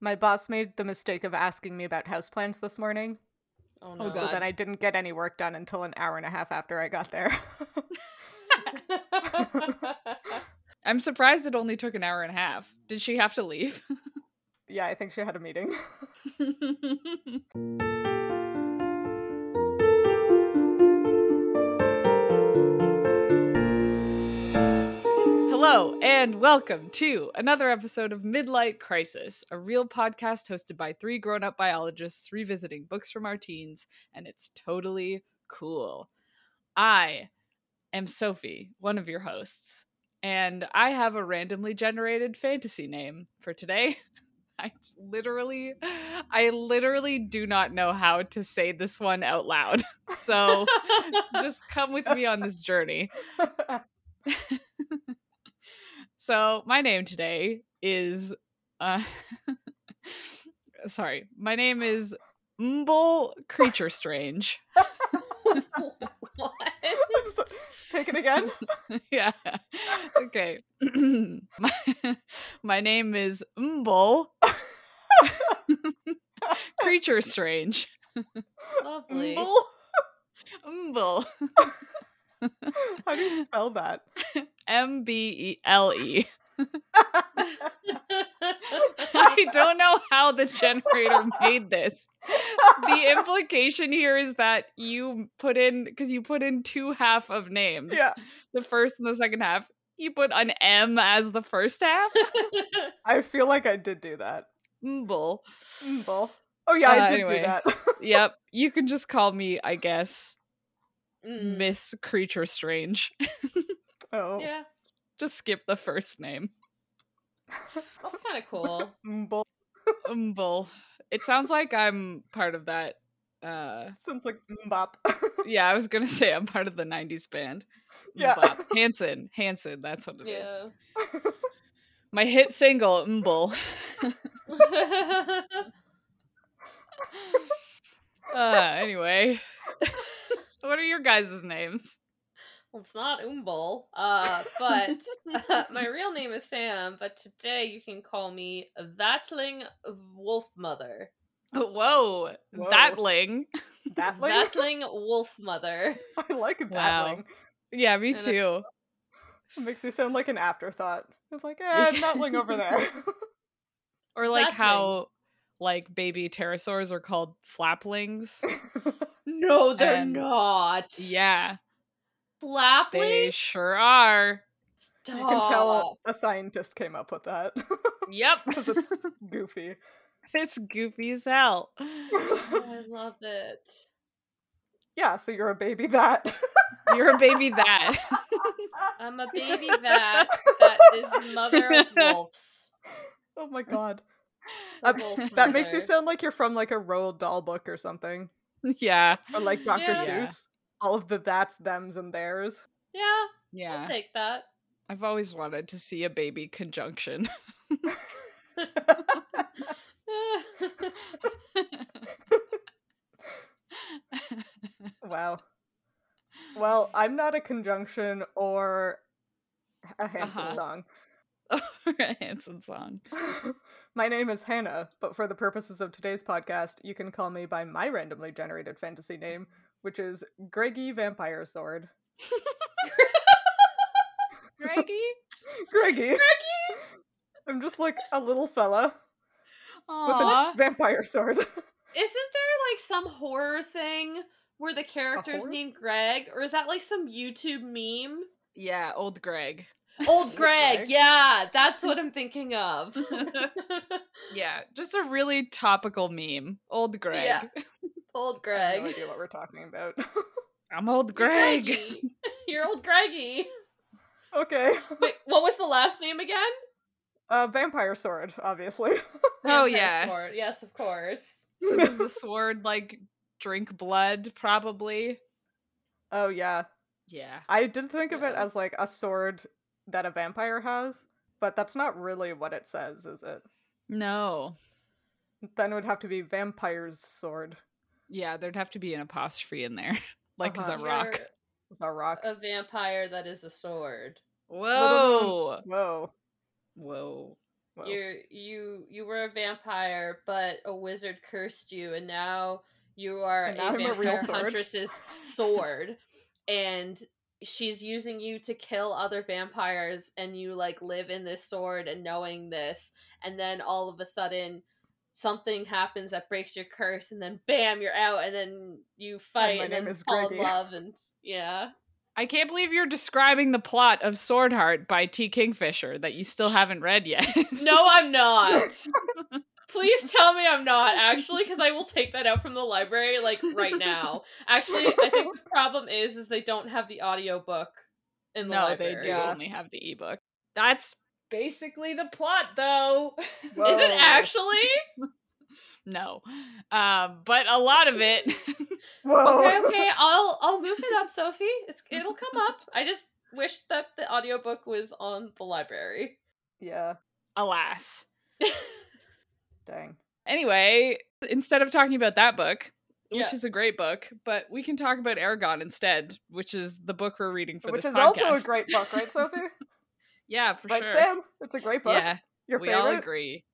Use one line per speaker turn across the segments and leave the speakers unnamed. My boss made the mistake of asking me about houseplans this morning,
Oh
Oh,
no.
so
God.
then I didn't get any work done until an hour and a half after I got there.
I'm surprised it only took an hour and a half. Did she have to leave?
yeah, I think she had a meeting.
Hello, and welcome to another episode of Midlight Crisis, a real podcast hosted by three grown up biologists revisiting books from our teens, and it's totally cool. I am Sophie, one of your hosts, and I have a randomly generated fantasy name for today. I literally, I literally do not know how to say this one out loud. So just come with me on this journey. So my name today is, uh, sorry, my name is Mble Creature Strange.
what?
I'm so- Take it again.
yeah. Okay. my, my name is Mble Creature Strange.
Mm,
Lovely.
Mble?
Mble.
How do you spell that?
M B E L E. I don't know how the generator made this. The implication here is that you put in because you put in two half of names.
yeah,
The first and the second half. You put an M as the first half.
I feel like I did do that.
Mble.
Mble. Oh yeah, I
Uh,
did
anyway.
do that.
Yep. You can just call me, I guess,
Mm,
Miss Creature Strange.
oh,
Yeah,
Just skip the first name.
that's kind of cool.
Mble
Mble. It sounds like I'm part of that. Uh
sounds like mm, mbop.
yeah, I was gonna say I'm part of the '90s band.
Yeah.
Mbop. Hanson, Hanson, that's what it is.
Yeah.
My hit single, "Mm, Mble. Uh, anyway, what are your guys' names?
Well, it's not Umbol, uh, but my real name is Sam. But today you can call me Vatling Wolf Mother.
Whoa,
Whoa.
Thatling.
Datling.
Vatling Wolf Mother.
I like Datling.
Wow. Yeah, me
And a-
too.
It makes you sound like an afterthought. It's like, eh, Datling over there.
Or like
Thatling.
how like baby pterosaurs are called flaplings.
No,
Oh, they're
not.
Yeah, they
Flapling.
sure are.
Stop.
you can tell a scientist came up with that
Yep,
because it's goofy.
it's goofy as hell.
Oh, I love it.
yeah, so you're a baby that.
You're a baby that.
I'm a baby vat that is mother of wolves.
oh my god. Uh,
The
That-
wolf
That makes you
mother.
sound like you're from like a Roald Dahl book or something,
yeah,
or like Dr.
Yeah.
Yeah.
Seuss. All of the that's them's and theirs.
Yeah,
yeah.
I'll take that.
I've always wanted to see a baby conjunction.
Wow. Well, I'm not a conjunction or a Hanson
Uh-huh.
song.
a Hanson song.
my name is Hannah, but for the purposes of today's podcast, you can call me by my randomly generated fantasy name, which is Greggy Vampire Sword.
Greggy?
Greggy! Greggy! I'm just like a little fella with
Aw.
a vampire sword.
Isn't there like some horror thing where the character's
horror?
named Greg, or is that like some YouTube meme?
yeah, old Greg.
Old Greg,
Greg.
yeah, that's what I'm thinking of.
Yeah, just a really topical meme. Old Greg.
Yeah. Old
I have no
Greg.
idea what we're talking about.
I'm old
You're
Greg.
Greggy. You're old Greggy.
okay.
Wait, what was the last name again?
Uh, vampire sword, obviously.
Oh,
Vampire
yeah.
Sword, Yes, of course.
So does the sword like drink blood? Probably.
oh, yeah.
Yeah.
I did think of it
Yeah.
as like a sword that a vampire has, but that's not really what it says, is it?
No.
Then it would have to be vampire's sword.
Yeah, there'd have to be an apostrophe in there, like as a
Uh-huh.
rock.
You're
It's a rock.
a vampire that is a sword.
Whoa.
Whoa.
Whoa.
Well,
you you you were a vampire, but a wizard cursed you, and now you are
And
a
now I'm a real
vampire
sword.
huntress's sword, and she's using you to kill other vampires, and you like live in this sword and knowing this, and then all of a sudden something happens that breaks your curse, and then bam, you're out, and then you fight, and,
my name
then
is
fall in
Greggy.
love, and yeah,
I can't believe you're describing the plot of Swordheart by T. Kingfisher that you still haven't read yet.
no, I'm not. Please tell me I'm not actually, because I will take that out from the library like right now. Actually, I think the problem is is they don't have the audiobook in the
no,
library.
they do
Yeah.
only have the ebook. That's basically the plot, though.
Is it
whoa.
actually?
no, um, but a lot of it.
Whoa.
Okay, okay, I'll I'll move it up, Sophie. It's, it'll come up. I just wish that the audiobook was on the library.
yeah.
alas.
Dang.
Anyway, instead of talking about that book, which
Yeah.
is a great book, but we can talk about Aragon instead, which is the book we're reading for
Which
this
is
podcast.
also a great book, right, Sophie?
yeah, for
right,
sure.
Sam? It's a great book.
Yeah,
Your
we
favorite?
all agree.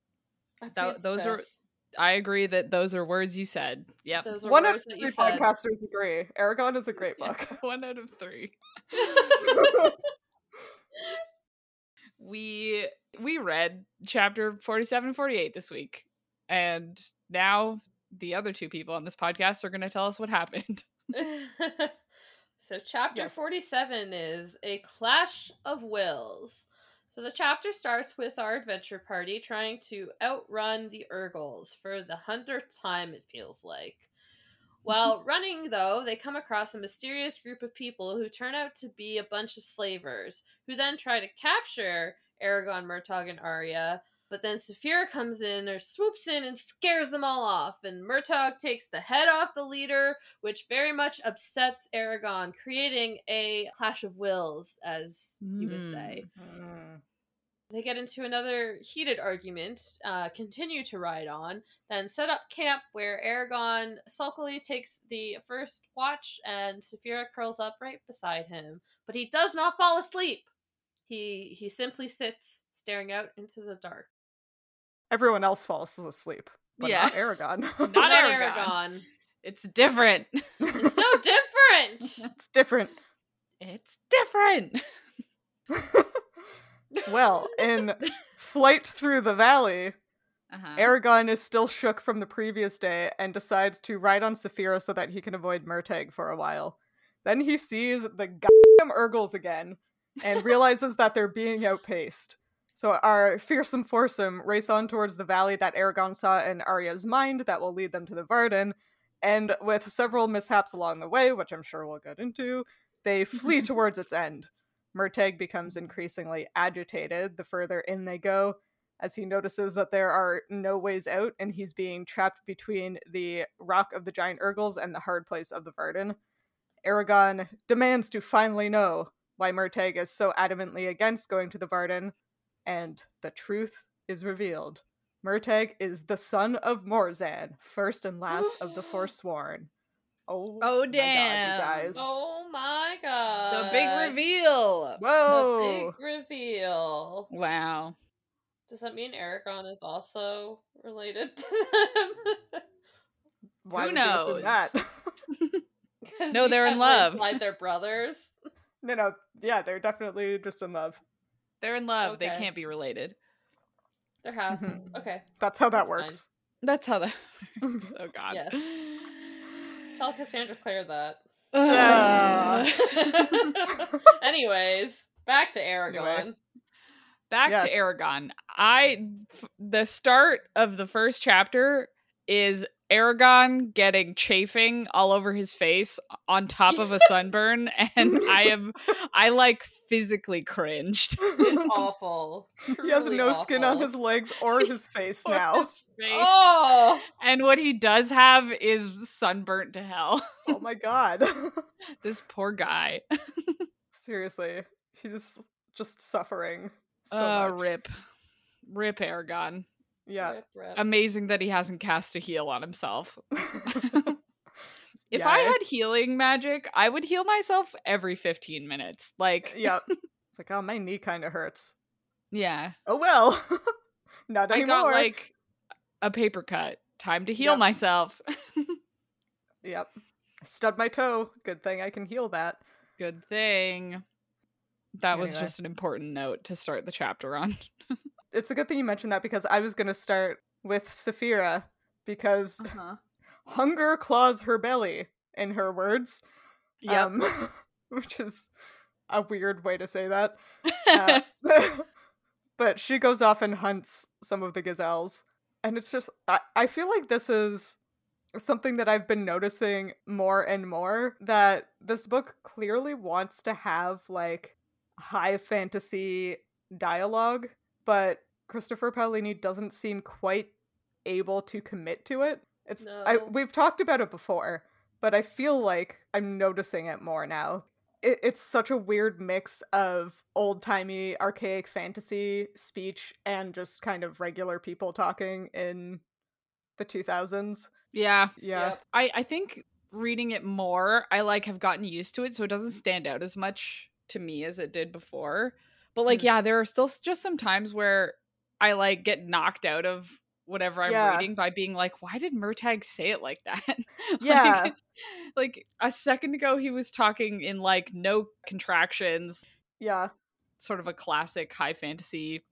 I
Tho-
feel
those are-
obsessed.
I agree that those are words you said. Yep.
those are
One of
words that you
three
said.
podcasters agree. Aragon is a great
Yeah,
book.
One out of three. we we read chapter 47 and 48 this week and now the other two people on this podcast are going to tell us what happened
so chapter
Yes.
47 is a clash of wills so the chapter starts with our adventure party trying to outrun the urgles for the hundredth time it feels like while running though they come across a mysterious group of people who turn out to be a bunch of slavers who then try to capture aragon murtog and arya but then Saphira comes in or swoops in and scares them all off, and Murtog takes the head off the leader, which very much upsets Aragon, creating a clash of wills, as you would say.
Mm.
They get into another heated argument, uh, continue to ride on, then set up camp where Aragon sulkily takes the first watch and Saphira curls up right beside him. But he does not fall asleep. He he simply sits staring out into the dark.
Everyone else falls asleep, but
Yeah.
not Aragon.
Not
not
Aragon.
Aragon.
it's different
It's so different.
it's different.
it's different
well, in Flight Through the Valley,
uh-huh.
Aragon is still shook from the previous day and decides to ride on Saphira so that he can avoid Murtag for a while. Then he sees the goddamn Urgles again and realizes that they're being outpaced. So our fearsome foursome race on towards the valley that Aragon saw in Arya's mind that will lead them to the Varden, and with several mishaps along the way, which I'm sure we'll get into, they flee towards its end. Murtag becomes increasingly agitated the further in they go, as he notices that there are no ways out and he's being trapped between the rock of the giant Urgles and the hard place of the Varden. Aragon demands to finally know why Murtag is so adamantly against going to the Varden, and the truth is revealed. Murtag is the son of Morzan, first and last of the Forsworn. Oh,
Oh,
my God, you
damn.
guys.
oh my god.
the big reveal
Whoa!
The big reveal.
wow
Does that mean Aragon is also related to them?
Why
Who
would you assume
knows?
that?
'Because
No,
you
they're in
can't really
love.
imply they're brothers.
no, no, yeah, they're definitely just in love.
they're in love they
Okay.
can't be related
They're half.
Mhm.
Okay.
That's how that
That's fine.
works.
that's how that works oh god
Yes. Tell Cassandra Clare that.
Ah.
Yeah.
Anyways, back to Aragon.
back
Yes.
to Aragon. I f- the start of the first chapter is Aragon getting chafing all over his face on top of a sunburn and I am I like physically cringed.
It's awful.
He has
Truly
no skin on
awful.
his legs or his face now.
Or his face.
Oh!
And what he does have is sunburnt to hell.
Oh my god.
This poor guy.
Seriously. He's just suffering. So
uh
much.
rip. Rip Aragon.
Yeah.
Rip, rip.
Amazing that he hasn't cast a heal on himself. If
Yeah,
I
it-
had healing magic, I would heal myself every 15 minutes. Like,
Yep. It's like, oh my knee kinda hurts.
yeah.
Oh well. Not
I
anymore.
got like a paper cut. Time to heal
Yep.
myself.
Yep. Stubbed my toe. Good thing I can heal that.
Good thing. That was
Anyway.
just an important note to start the chapter on.
It's a good thing you mentioned that because I was going to start with Saphira because
Uh-huh.
hunger claws her belly, in her words.
Yep.
Um, which is a weird way to say that. Uh, but she goes off and hunts some of the gazelles. And it's just, I, I feel like this is something that I've been noticing more and more that this book clearly wants to have like high fantasy dialogue, but Christopher Paolini doesn't seem quite able to commit to it. It's I,
No.
we've talked about it before, but I feel like I'm noticing it more now. It, it's such a weird mix of old timey, archaic fantasy speech and just kind of regular people talking in the 2000s.
yeah.
Yeah.
Yep.
I, I think reading it more, I like have gotten used to it, so it doesn't stand out as much to me as it did before. But like,
Hmm.
yeah, there are still s- just some times where I like get knocked out of whatever I'm
Yeah.
reading by being like, why did Murtag say it like that? Like-
Yeah.
like, a second ago, he was talking in like no contractions,
Yeah.
sort of a classic high fantasy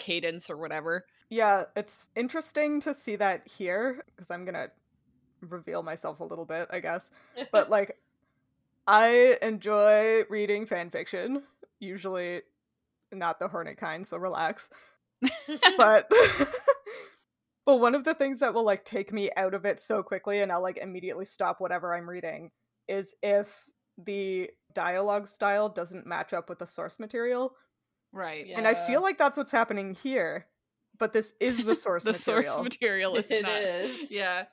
cadence or whatever.
Yeah, it's interesting to see that here because I'm going to reveal myself a little bit, I guess. But like I enjoy reading fan fiction, usually not the hornet kind, so relax. but but one of the things that will like take me out of it so quickly and i'll like immediately stop whatever i'm reading is if the dialogue style doesn't match up with the source material
Right.
and i
Yeah.
feel like that's what's happening here but this is the source
the
material
source material is
It
not.
is.
Yeah.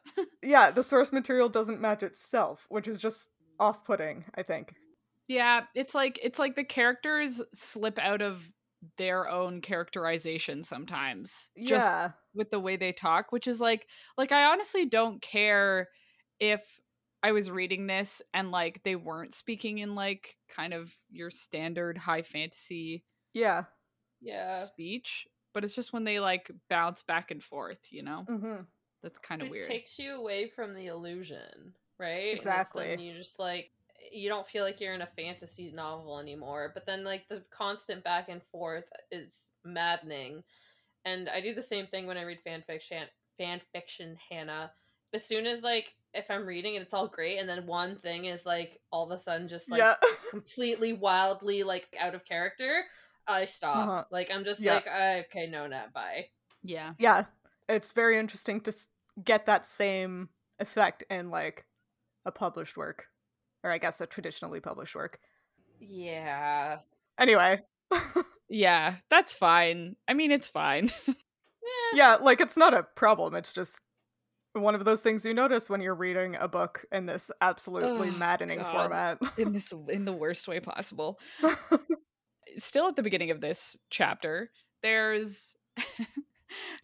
yeah the source material doesn't match itself which is just off-putting i think
Yeah, it's like it's like the characters slip out of their own characterization sometimes. Just
yeah
with the way they talk, which is like like I honestly don't care if I was reading this and like they weren't speaking in like kind of your standard high fantasy
yeah
yeah.
speech, but it's just when they like bounce back and forth, you know?
hmm
That's kind of
It
weird.
takes you away from the illusion, right?
Exactly.
And you just like you don't feel like you're in a fantasy novel anymore. But then like the constant back and forth is maddening. And I do the same thing when I read fan fiction. Fan fiction, Hannah. As soon as like if I'm reading and it's all great, and then one thing is like all of a sudden just like
yeah
completely wildly like out of character, I stop.
Uh-huh.
Like I'm just
Yeah.
like uh, okay, no, not bye.
yeah.
yeah it's very interesting to s- get that same effect in like a published work or i guess a traditionally published work
Yeah.
anyway
Yeah, that's fine. I mean, it's fine.
Eh.
yeah like it's not a problem it's just one of those things you notice when you're reading a book in this absolutely
Oh,
maddening
God.
format
in this in the worst way possible. still at the beginning of this chapter, there's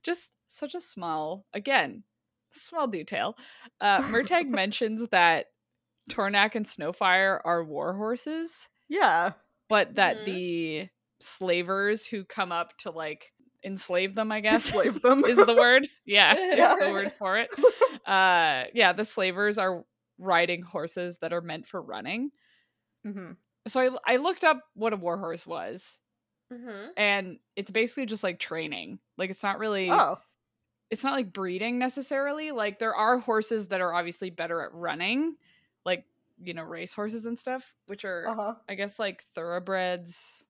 just such a small, again, small detail. Uh, Murtag mentions that Tornak and Snowfire are war horses,
yeah
but that
Mhm.
the slavers who come up to like enslave them, I
just
guess,
slave them
is the word. Yeah, is the
Yeah.
word for it. Uh, yeah, the slavers are riding horses that are meant for running.
hmm
So I, I looked up what a war horse was,
Mm-hmm.
and it's basically just like training like it's not really
oh
it's not like breeding necessarily like there are horses that are obviously better at running like you know race horses and stuff which are
uh-huh
i guess like thoroughbreds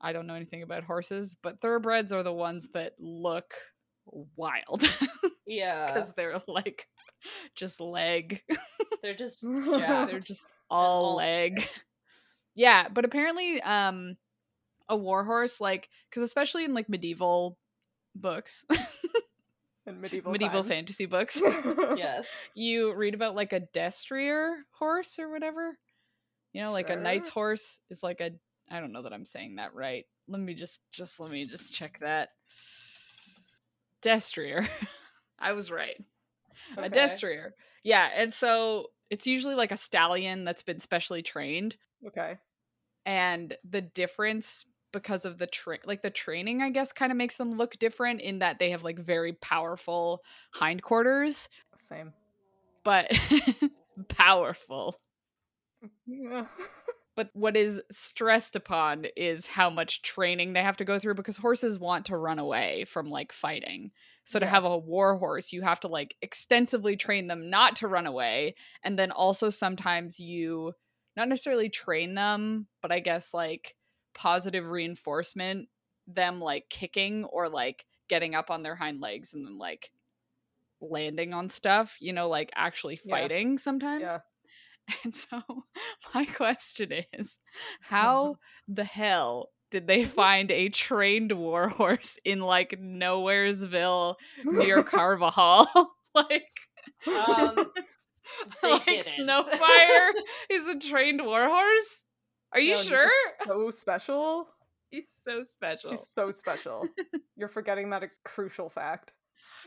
i don't know anything about horses but thoroughbreds are the ones that look wild
Yeah.
Uh.
because they're like just leg
They're just yeah.
they're
They're
just all,
all
leg. yeah, but apparently, um, a warhorse, like, because especially in like medieval books,
in medieval
medieval
times.
fantasy books,
yes.
you read about like a destrier horse or whatever. You know, like a knight's
Sure.
horse is like a. I don't know that I'm saying that right. Let me just just let me just check that. Destrier. I was right a
Okay.
destrier yeah and so it's usually like a stallion that's been specially trained
okay
and the difference because of the train like the training i guess kind of makes them look different in that they have like very powerful hindquarters
Same.
but powerful
Yeah.
but what is stressed upon is how much training they have to go through because horses want to run away from like fighting. So to
Yeah.
have a war horse, you have to like extensively train them not to run away. And then also sometimes you not necessarily train them, but I guess like positive reinforcement, them like kicking or like getting up on their hind legs and then like landing on stuff, you know, like actually
Yeah.
fighting sometimes.
Yeah.
And so my question is how the hell
Mm-hmm.
did they find a trained warhorse in like Nowheresville near Carvajal? like
Um, they
like
didn't.
Snowfire is a trained warhorse? Are you
No, he's
sure?
So special.
He's so special.
He's so special. You're forgetting that a crucial fact.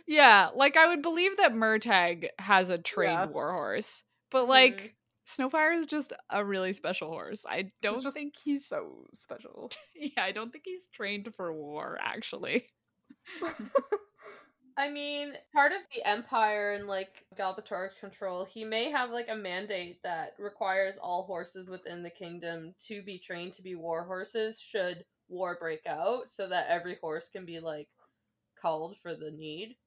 Yeah, like I would believe that Murtag has a trained
Yeah. Mm-hmm.
warhorse, but
Mhm.
like Snowfire is just a really special horse. I
She's
don't
just
think he's
so special.
yeah, I don't think he's trained for war actually.
I mean, part of the Empire and like Galbator's control, he may have like a mandate that requires all horses within the kingdom to be trained to be war horses should war break out, so that every horse can be like called for the need.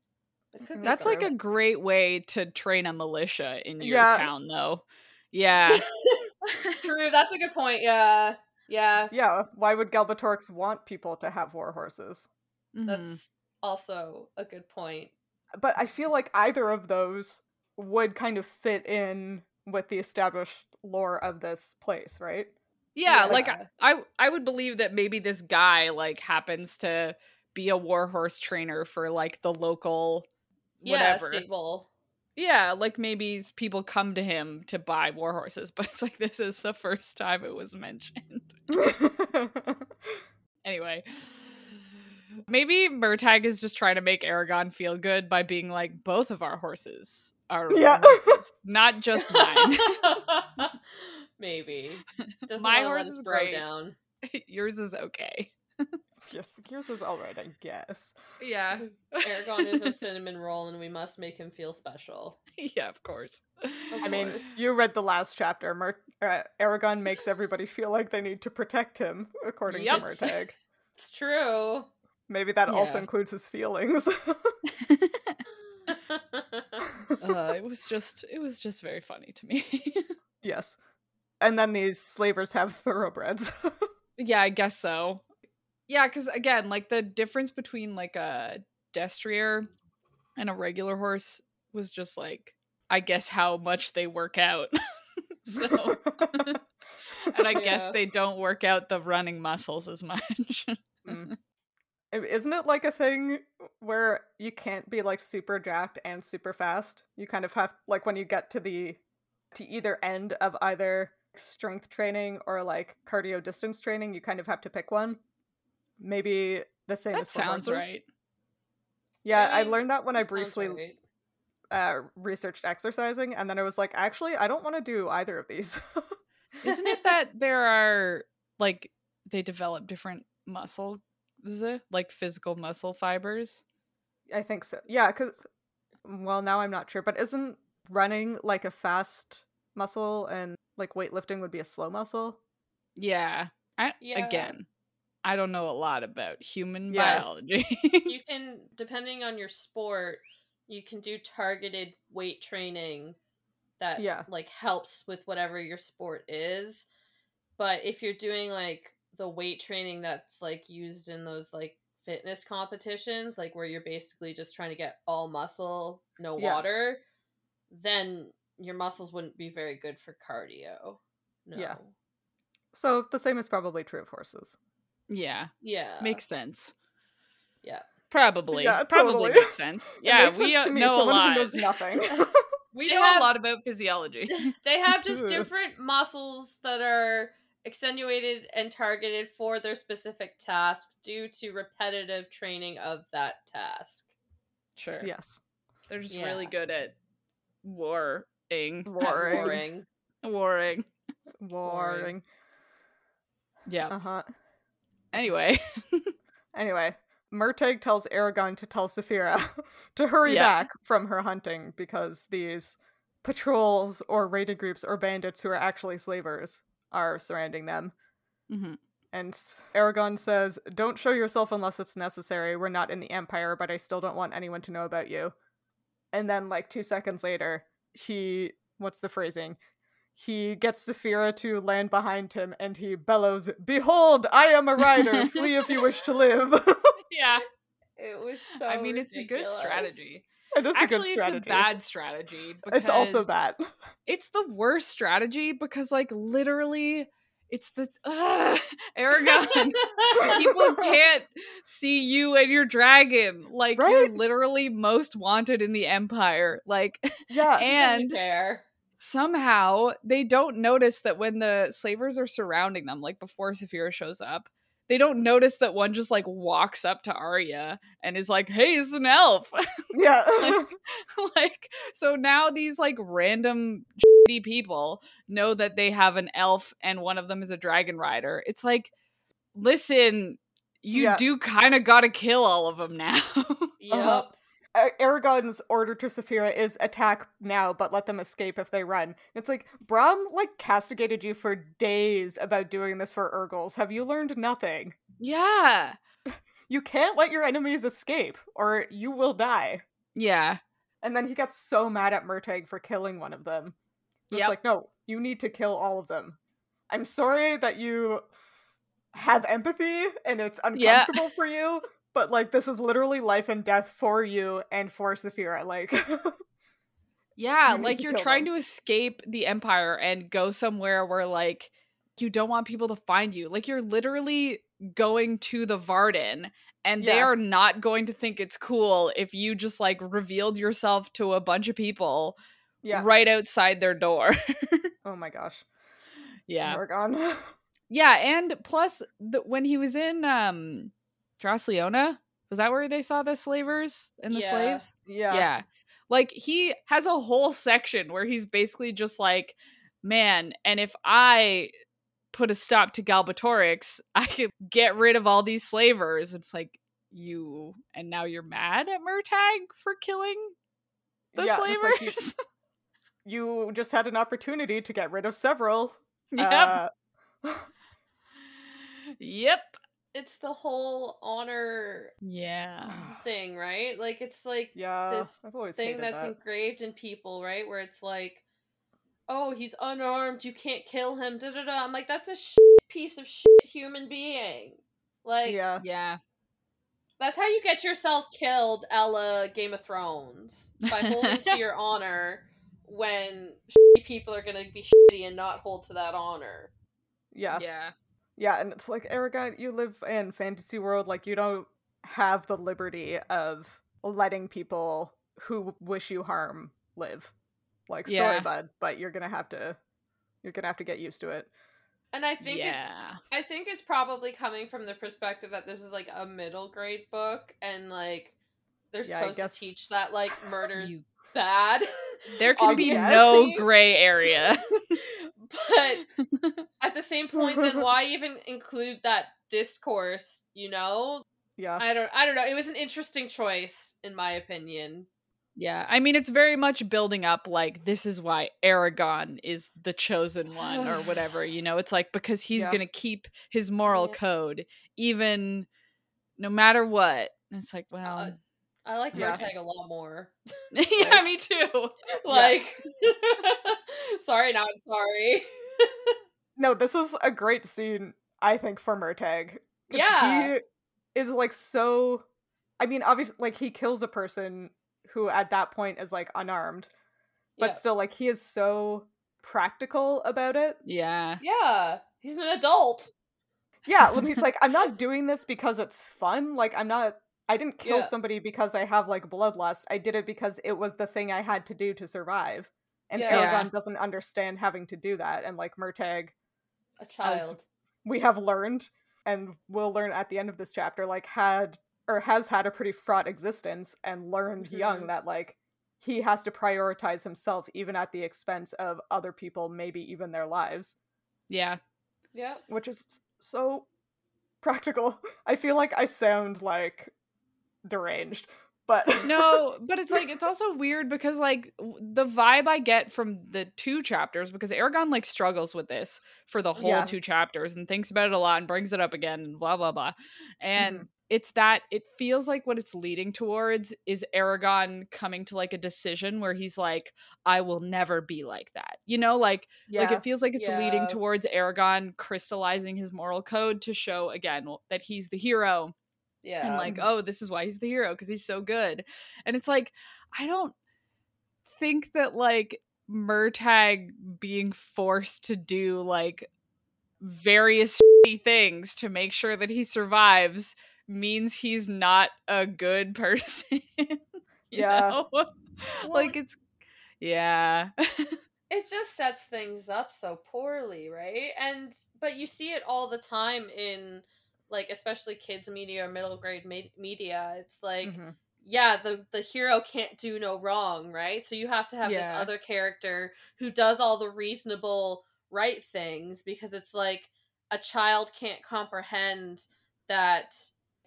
It could be
That's like a
True.
great way to train a militia in your
Yeah.
town though. Yeah.
something. true. That's a good point. Yeah, yeah.
yeah, why would Galbatorix want people to have war horses?
Mhm.
That's also a good point.
But I feel like either of those would kind of fit in with the established lore of this place, right?
Yeah.
Yeah, like I, I I would believe that maybe this guy like happens to be a warhorse trainer for like the local whatever.
Yeah, stable.
Yeah, like maybe s- people come to him to buy war horses, but it's like this is the first time it was mentioned. Anyway, maybe Murtag is just trying to make Aragon feel good by being like, both of our horses are
Yeah.
horses, not just mine.
Maybe. Doesn't
My
wanna let
horse
us
is
grow
great.
Down.
Yours is okay.
yes, yours is alright, I guess.
Yeah.
Because Aragon is a cinnamon roll, and we must make him feel special.
yeah, of course.
Of
I mean,
course.
you read the last chapter. Mer- uh, Aragon makes everybody feel like they need to protect him, according
Yup.
to Murtag.
It's true.
Maybe that also
Yeah. Uh-huh.
includes his feelings.
uh, it was just it was just very funny to me.
yes. And then these slavers have thoroughbreds.
yeah, I guess so. Yeah, because again, like the difference between like a destrier and a regular horse was just like I guess how much they work out. so and I guess
Yeah.
they don't work out the running muscles as much.
Mm. I- Isn't it like a thing where you can't be like super jacked and super fast? You kind of have like when you get to the to either end of either strength training or like cardio distance training, you kind of have to pick one. Maybe the same
that
as for
sounds
horses.
right.
Yeah, I
Right?
learned that when I
Sounds
briefly
right.
uh, researched exercising, and then I was like, actually, I don't want to do either of these.
Isn't it that there are like they develop different muscles, like physical muscle fibers?
I think so. Yeah, because well, now I'm not sure, but isn't running like a fast muscle and like weightlifting would be a slow muscle?
Yeah. I,
Yeah.
Again, I don't know a lot about human
Yeah.
biology.
you can, depending on your sport, you can do targeted weight training that
Yeah.
like helps with whatever your sport is. But if you're doing like the weight training that's like used in those like fitness competitions, like where you're basically just trying to get all muscle, no
Yeah.
water, then your muscles wouldn't be very good for cardio. No.
Yeah. So the same is probably true of horses.
yeah,
Yeah.
makes sense.
Yeah.
Probably.
Yeah,
probably
totally.
makes sense.
It
Yeah,
makes
we
sense
uh,
to me,
know a
someone
lot.
who knows nothing.
we
They
know
have-
a lot about physiology.
they have just
Ugh.
different muscles that are extenuated and targeted for their specific task due to repetitive training of that task.
sure.
yes,
They're just
Yeah.
really good at warring.
Warring.
Boring.
warring.
warring.
Yeah.
Uh huh.
Anyway,
Anyway, Murtag tells Aragon to tell Saphira to hurry
Yeah.
back from her hunting because these patrols or raided groups or bandits who are actually slavers are surrounding them.
Mhm.
And S- Aragon says, Don't show yourself unless it's necessary. We're not in the Empire, but I still don't want anyone to know about you. And then, like, two seconds later, he. What's the phrasing? He gets Saphira to land behind him and he bellows, Behold, I am a rider. Flee if you wish to live.
yeah.
It was so.
I mean, it's a good
ridiculous.
strategy.
it is
Actually,
a good strategy.
it's a bad strategy.
It's also
because
that.
It's the worst strategy because, like, literally, it's the Ugh, Aragon. People can't see you and your dragon. Like, you're
Right?
literally most wanted in the Empire. Like,
Yeah.
and
Doesn't care.
somehow they don't notice that when the slavers are surrounding them, like before Saphira shows up, they don't notice that one just like walks up to Arya and is like, "Hey, it's an elf."
Yeah.
like, so now these like random shitty people know that they have an elf and one of them is a dragon rider. It's like, listen, you
Yeah.
do kind of got to kill all of them now.
Yep.
Uh-huh.
A- Aragorn's order to Saphira is attack now, but let them escape if they run. It's like Brom like castigated you for days about doing this for Urgles. Have you learned nothing?
yeah.
You can't let your enemies escape, or you will die.
Yeah.
And then he got so mad at Murtag for killing one of them. It's
Yep.
like, no, you need to kill all of them. I'm sorry that you have empathy and it's
Yeah.
uncomfortable for you, but like this is literally life and death for you and for Saphira. Like
Yeah,
You need
like
to
you're
kill
trying
them.
to escape the empire and go somewhere where like you don't want people to find you. Like you're literally going to the Varden and they
Yeah.
are not going to think it's cool if you just like revealed yourself to a bunch of people
Yeah.
right outside their door.
Oh my gosh.
yeah.
Aragon.
Yeah, and plus the, when he was in um Dracleona, was that where they saw the slavers and the
Yeah.
slaves?
yeah.
Yeah. Like he has a whole section where he's basically just like, man, and if I put a stop to Galbatorix, I could get rid of all these slavers. It's like, you and now you're mad at Murtag for killing the
Yeah, it's like
slavers?
you- You just had an opportunity to get rid of several.
yep.
Uh,
yep.
It's the whole honor
Yeah.
thing, right? Like it's like
Uh, yeah.
This
I've always
thing
hated
that's
that.
engraved in people, right? Where it's like, oh, he's unarmed, you can't kill him, da da da. I'm like, that's a shit piece of shit human being. Like,
yeah.
Yeah.
that's how you get yourself killed, a la Game of Thrones, by holding to your honor when shitty people are gonna be shitty and not hold to that honor.
Yeah.
Yeah.
Yeah, and it's like Aragon, you live in fantasy world, like you don't have the liberty of letting people who wish you harm live. Like, sorry,
Yeah.
bud, but you're gonna have to, you're gonna have to get used to it.
And I think it's
yeah.
I think it's probably coming from the perspective that this is like a middle grade book and like they're
Yeah, I
supposed
guess-
to teach that like murder's
You-
bad.
there can be no
obviously.
gray area.
but at the same point then why even include that discourse, you know?
Yeah,
I don't I don't know. It was an interesting choice in my opinion.
Yeah, I mean it's very much building up like this is why Aragon is the chosen one or whatever, you know. It's like because he's
Yeah.
going to keep his moral
Yeah.
code even no matter what. And it's like, well,
Uh, I like
Yeah.
Murtag a lot more.
yeah, me too.
Like sorry, not sorry.
no, this is a great scene, I think, for Murtag. 'cause
Yeah.
he is like so. I mean, obviously, like he kills a person who at that point is like unarmed, but
Yeah.
still, like he is so practical about it
Yeah.
yeah. He's an adult.
Yeah, when he's like, I'm not doing this because it's fun. Like, I'm not, I didn't kill
Yeah.
somebody because I have like bloodlust. I did it because it was the thing I had to do to survive. And
Yeah.
Aragon doesn't understand having to do that. And like Murtag,
A child.
we have learned and we'll learn at the end of this chapter, like, had or has had a pretty fraught existence and learned young
Mhm.
that like he has to prioritize himself even at the expense of other people, maybe even their lives,
Yeah.
Yeah.
which is s- so practical. I feel like I sound like deranged, but
no but it's like it's also weird because like w- the vibe i get from the two chapters because aragon like struggles with this for the whole
Yeah.
two chapters and thinks about it a lot and brings it up again and blah blah blah and
Mm-hmm.
it's that it feels like what it's leading towards is aragon coming to like a decision where he's like i will never be like that you know like
yeah,
like it feels like it's leading
Yeah.
towards aragon crystallizing his moral code to show again w- that he's the hero
Yeah.
and like
Mhm.
oh this is why he's the hero because he's so good and it's like i don't think that like murtag being forced to do like various shitty things to make sure that he survives means he's not a good person you
Yeah.
know?
Well,
like it's yeah
it just sets things up so poorly right and but you see it all the time in like especially kids media or middle grade me- media it's like
mhm.
yeah the the hero can't do no wrong right so you have to have
Yeah.
this other character who does all the reasonable right things because it's like a child can't comprehend that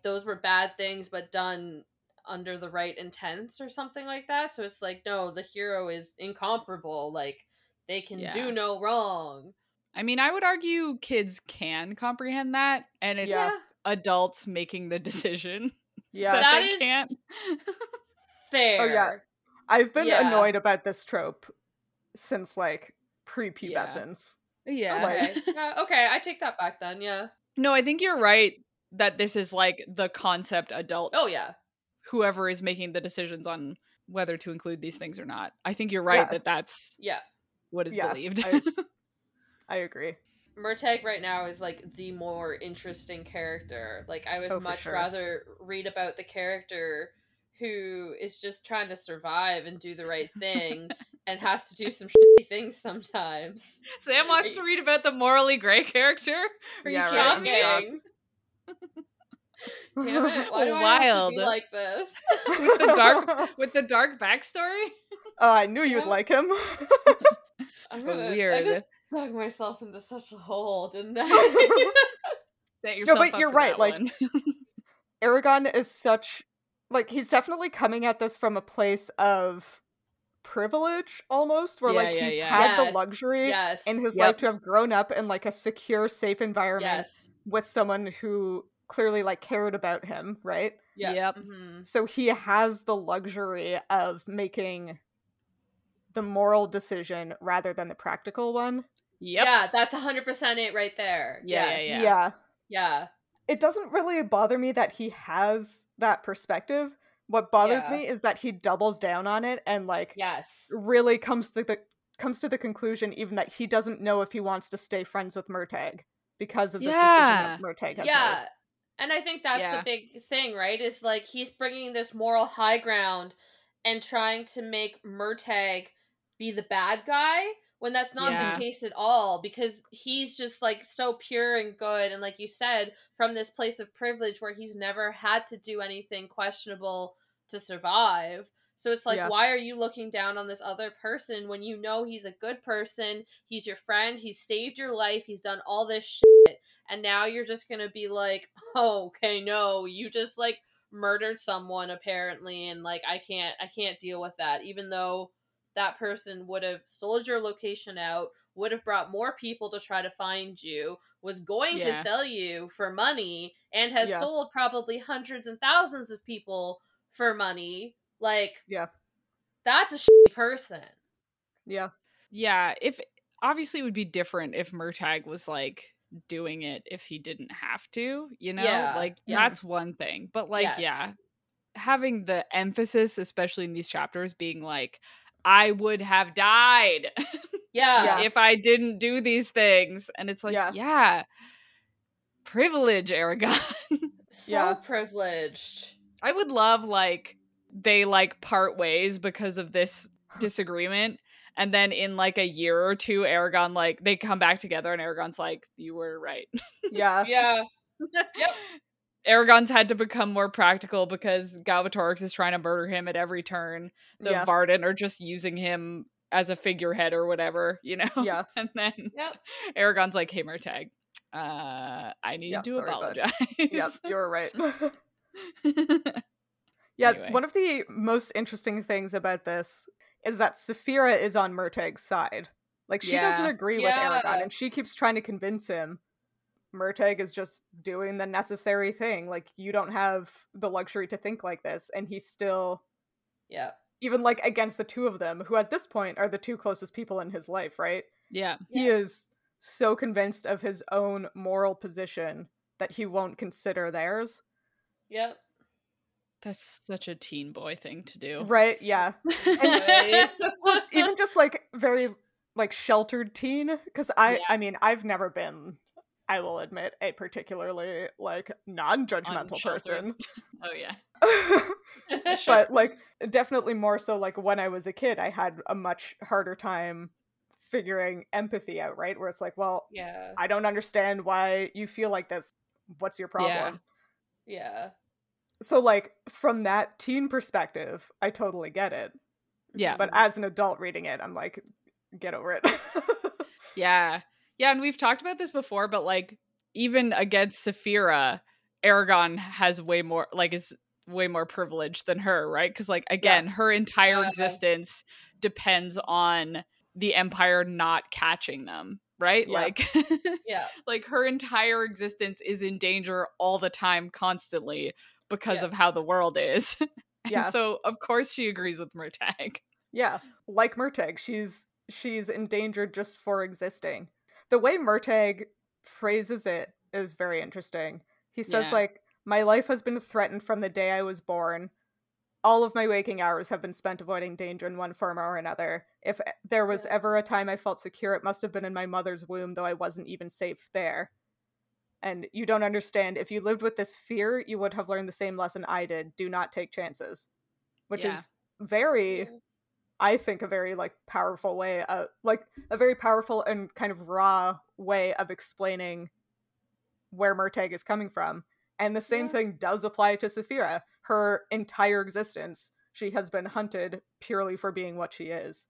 those were bad things but done under the right intents or something like that so it's like no the hero is incomparable like they can
Yeah.
do no wrong
i mean i would argue kids can comprehend that and it's
Yeah.
adults making the decision
yeah.
that
That
they
is-
can't
fair
Oh, yeah. I've been
yeah.
annoyed about this trope since like prepubescence.
yeah
okay. Yeah, okay i take that back then yeah
No, I think you're right that this is like the concept adults.
oh yeah
Whoever is making the decisions on whether to include these things or not. I think you're right
Yeah.
that that's
yeah
what is
Yeah,
believed.
I- I agree.
Murtag right now is like the more interesting character. Like I would
Oh, for
much
sure.
rather read about the character who is just trying to survive and do the right thing and has to do some shitty things sometimes.
Sam wants to read about the morally gray character. Are
Yeah,
you
right, I'm
joking?
shocked.
Shocking. Damn it! Why do I have
Wild.
to be like this?
With the dark with the dark backstory?
Oh, I knew you'd
Yeah.
like him.
I'm
So
gonna, I
weird.
just dug myself into such a hole, didn't I?
No,
Set yourself
but
up
you're
for
right,
that
like,
one.
Aragon is such like he's definitely coming at this from a place of privilege almost where
Yeah,
like
yeah,
he's
yeah.
had the
Yes,
luxury
yes.
in his
Yep.
life to have grown up in like a secure safe environment
yes.
with someone who clearly like cared about him right
Yeah.
Yep.
Mm-hmm.
Mhm.
so he has the luxury of making the moral decision rather than the practical one
Yep.
Yeah, that's 100% it right there.
Yeah,
yes.
yeah,
yeah
Yeah.
it doesn't really bother me that he has that perspective. What bothers
Yeah.
me is that he doubles down on it and like
Yes.
really comes to the comes to the conclusion even that he doesn't know if he wants to stay friends with Murtag because of this
Yeah.
decision that Murtag has
Yeah. And I think that's
Yeah.
the big thing, right? Is like he's bringing this moral high ground and trying to make Murtag be the bad guy when that's not
Yeah.
the case at all because he's just like so pure and good and like you said from this place of privilege where he's never had to do anything questionable to survive. So it's like
Yeah.
why are you looking down on this other person when you know he's a good person, he's your friend, he's saved your life, he's done all this shit and now you're just going to be like, "Oh, okay, no, you just like murdered someone apparently and like I can't I can't deal with that even though that person would have sold your location out, would have brought more people to try to find you, was going to
Yeah.
sell you for money, and has
Yeah.
sold probably hundreds and thousands of people for money. Like,
Yeah.
that's a shitty person.
Yeah.
Yeah, if obviously it would be different if Murtag was like doing it if he didn't have to, you know?
Yeah,
Like
yeah.
that's one thing. But like
Yes.
yeah, having the emphasis especially in these chapters being like I would have died
Yeah,
Yeah.
if I didn't do these things and it's like
Yeah.
yeah, privilege Aragon.
so
Yeah.
privileged.
I would love like they like part ways because of this disagreement. And then in like a year or two, Aragon like they come back together and Aragon's like, You were right.
made. Yeah.
Yeah,
Aragon's had to become more practical because Galvatorix is trying to murder him at every turn. The
Yeah.
Varden are just using him as a figurehead or whatever, you know?
Yeah.
and then
Yep.
Aragon's like, Hey Murtag, Uh, I need
Yeah,
to
sorry, bud.
apologize.
yep, you're right. yeah,
Anyway.
one of the most interesting things about this is that Saphira is on Murtag's side. Like she doesn't
Yeah.
agree
Yeah.
with Aragon, and she keeps trying to convince him. Murtag is just doing the necessary thing. Like you don't have the luxury to think like this, and he's still
Yeah.
even like against the two of them, who at this point are the two closest people in his life, right?
yeah.
he is so convinced of his own moral position that he won't consider theirs.
Yep.
That's such a teen boy thing to do.
Right? Yeah.
Right?
Well, even just like very like sheltered teen cuz I
Yeah.
I mean, I've never been I will admit a particularly like non-judgmental
Unsheltered. Oh yeah.
person.
Sure.
but like definitely more so like when I was a kid, I had a much harder time figuring empathy out, right? Where it's like, well,
yeah.
I don't understand why you feel like this. What's your problem?
Yeah.
Yeah.
so like from that teen perspective i totally get it
Yeah.
but as an adult reading it i'm like get over it
Yeah. Yeah, and we've talked about this before, but like even against Saphira, Aragon has way more like is way more privileged than her, right? Cuz like again, her entire
Yeah.
existence depends on the empire not catching them, right?
Yeah.
Like
Yeah.
like her entire existence is in danger all the time constantly because
Yeah.
of how the world is. And
Yeah.
so of course she agrees with Murtag.
yeah like murtag she's she's endangered just for existing the way murtag phrases it is very interesting he says
Yeah.
like my life has been threatened from the day i was born all of my waking hours have been spent avoiding danger in one form or another. If e, there was
Yeah.
ever a time I felt secure, it must have been in my mother's womb, though I wasn't even safe there. And you don't understand. If you lived with this fear, you would have learned the same lesson I did. Do not take chances. Which
Yeah.
is very, I think, a very like powerful way of like a very powerful and kind of raw way of explaining where Murtag is coming from. And the same
Yeah.
thing does apply to Saphira. Her entire existence, she has been hunted purely for being what she is.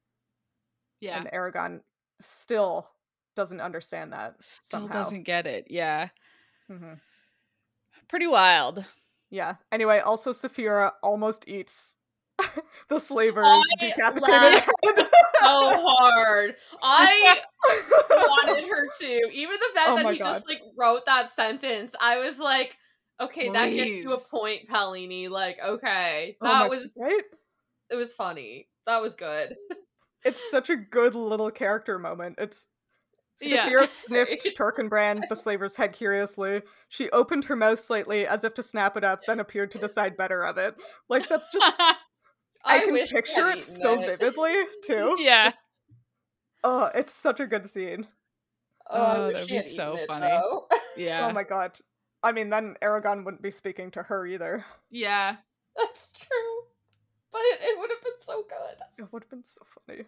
Yeah.
And Aragon still doesn't understand that.
Still
somehow.
doesn't get it. Yeah.
Mhm.
Pretty wild.
Yeah. Anyway, also Saphira almost eats the slaver's
I
decapitated
laughed
head.
So hard. I wanted her to. Even the fact
Oh my
that he just like wrote that sentence, I was like, okay, that gets you a
Please.
point, Palini. Like, okay,
Oh
that
my-
was
right.
it was funny. That was good.
It's such a good little character moment. It's
Yeah.
Saphira sniffed Turkenbrand, the slaver's head curiously. She opened her mouth slightly as if to snap it up, then appeared to decide better of it. Like that's just I, can
wish we had
picture
eaten
it so
it.
vividly too.
yeah.
Just- oh, it's such a good scene.
Oh, I
Oh,
wish
that'd
she
be
had
so
eaten it,
funny.
though.
yeah.
Oh my god. I mean, then Aragon wouldn't be speaking to her either.
yeah.
That's true. But it, it would have been so good.
It would have been so funny.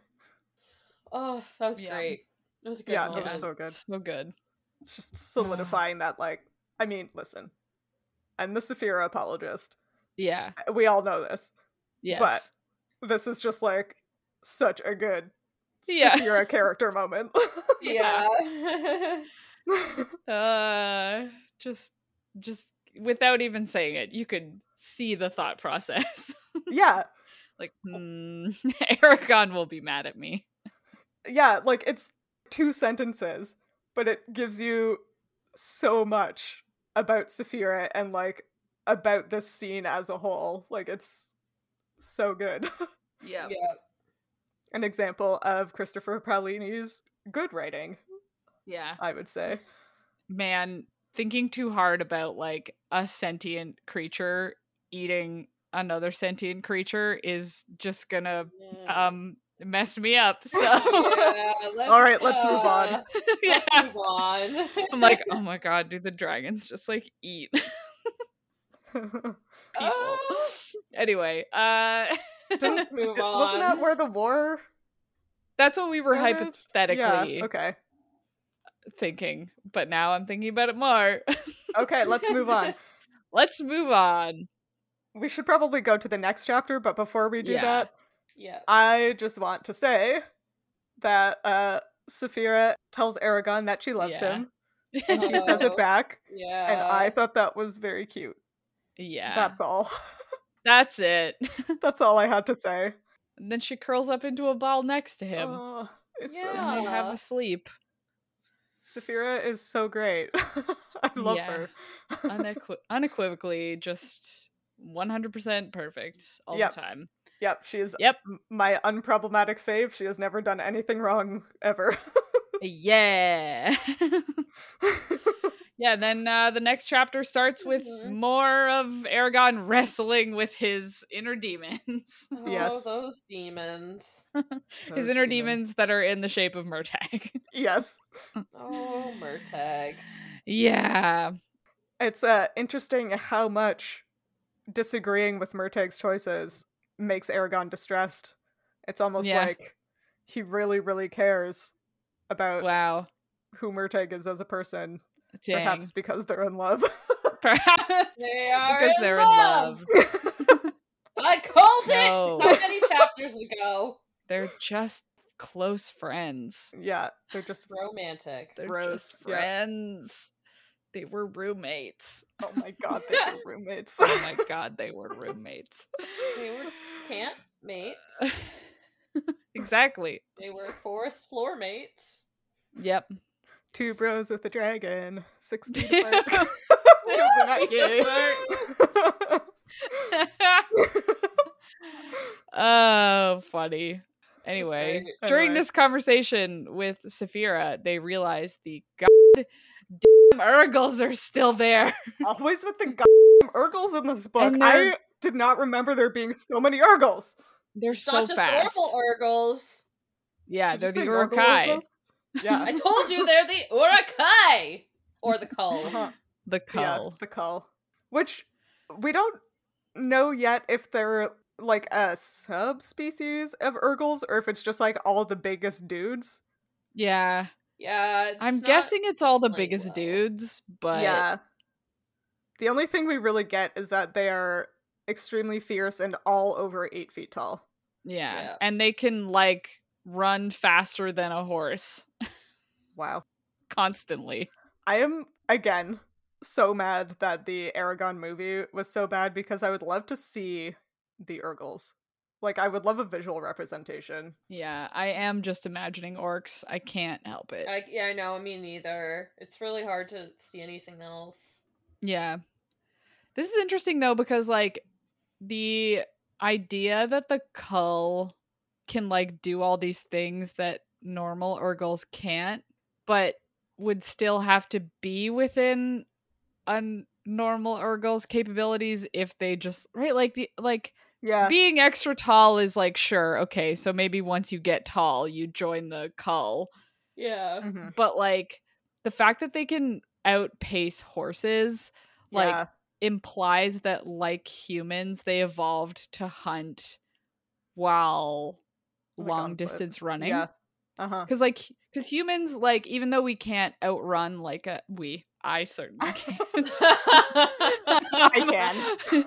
Oh, that was
Yeah.
great. It was a good
Yeah, that
moment.
was so good.
So good.
It's just solidifying that, like, I mean, listen, I'm the Saphira apologist.
Yeah.
We all know this.
Yes.
This is just like such a good
Yeah.
Saphira character moment.
yeah.
uh just just without even saying it, you could see the thought process.
yeah.
like,
Oh.
hmm, Aragon will be mad at me.
yeah, like it's two sentences, but it gives you so much about Saphira and like about this scene as a whole. Like it's so good.
yeah.
An example of Christopher Pralini's good writing,
Yeah.
I would say.
Man, thinking too hard about like a sentient creature eating another sentient creature is just gonna um mess me up. So
Yeah, let's,
All right, let's move on.
uh,
yeah.
Let's move on.
I'm like, oh my god, do the dragons just like eat people?
Oh,
anyway, uh
let's move on.
Wasn't that where the war?
that's what we were
Kind of.
hypothetically
Yeah. Uh, Okay.
thinking, but now I'm thinking about it more.
Okay, let's move on.
Let's move on.
We should probably go to the next chapter, but before we do
Yeah.
that,
yeah.
I just want to say that uh Saphira tells Aragon that she loves
Yeah.
him. and he says it back.
Yeah.
And I thought that was very cute.
Uh, Yeah.
That's all.
That's it.
That's all I had to say.
And then she curls up into a ball next to him.
Oh, it's so
Yeah.
and they have a sleep.
Saphira is so great. I love
Yeah.
her.
Unequi- unequivocally, just 100% perfect all
Yep.
the time.
yep, she is
Yep.
m- my unproblematic fave. She has never done anything wrong ever.
Yeah. yeah, then uh, the next chapter starts with
Mhm.
more of Aragon wrestling with his inner demons.
Oh,
Yes.
those demons.
Those
his inner demons. that are in the shape of Murtag.
Yes.
Oh, Murtag.
yeah.
It's uh, interesting how much disagreeing with Murtag's choices makes Aragon distressed. It's almost
Yeah.
like he really, really cares about
Wow.
who Murtag is as a person,
Dang.
perhaps because they're in love.
Perhaps.
They are
because
in
they're
love.
in love.
I called
No.
it. How many chapters ago?
They're just close friends.
yeah, they're just.
Romantic.
They're
Gross,
just
yeah.
friends. They were roommates.
Oh my god, they were roommates.
Oh my god, they were roommates.
They were camp mates.
exactly.
They were forest floor mates.
Yep.
Two bros with a dragon, six feet apart. 'Cause they're not gay.
oh, funny. Anyway,
great.
during
Anyway.
this conversation with Saphira, they realize the god damn Urgles are still there.
Always with the goddamn Urgles in this book.
And they're-
I did not remember there being so many Urgles.
They're
It's
so
not just
fast.
Orville Urgles.
yeah,
Did
they're
you
the
say Urgle
Urukai.
Urgles? Yeah.
I told you they're the Urukai or the Cull.
Uh-huh.
The
Yeah,
cull.
the cull. Which we don't know yet if they're like a subspecies of Urgles or if it's just like all the biggest dudes.
Yeah.
Yeah, it's
I'm
not-
guessing it's all the
explained
biggest
well.
dudes, but
yeah. The only thing we really get is that they are extremely fierce and all over eight feet tall.
Yeah.
Yeah.
And they can like run faster than a horse
Wow.
constantly.
I am again so mad that the Aragon movie was so bad because I would love to see the Urgles. Like I would love a visual representation.
Yeah, I am just imagining orcs. I can't help it.
I, yeah, I know. Me neither. It's really hard to see anything else.
yeah. This is interesting though because like the idea that the cull can like do all these things that normal urgles can't but would still have to be within a n- normal urgle's capabilities if they just right like the like
Yeah.
being extra tall is like sure okay so maybe once you get tall you join the cull
Yeah.
Mhm.
but like the fact that they can outpace horses like
Yeah.
implies that like humans they evolved to hunt while
Like on
long
foot.
distance running
Yeah. Uh-huh.
because like because humans like even though we can't outrun like a we i certainly can't
I
can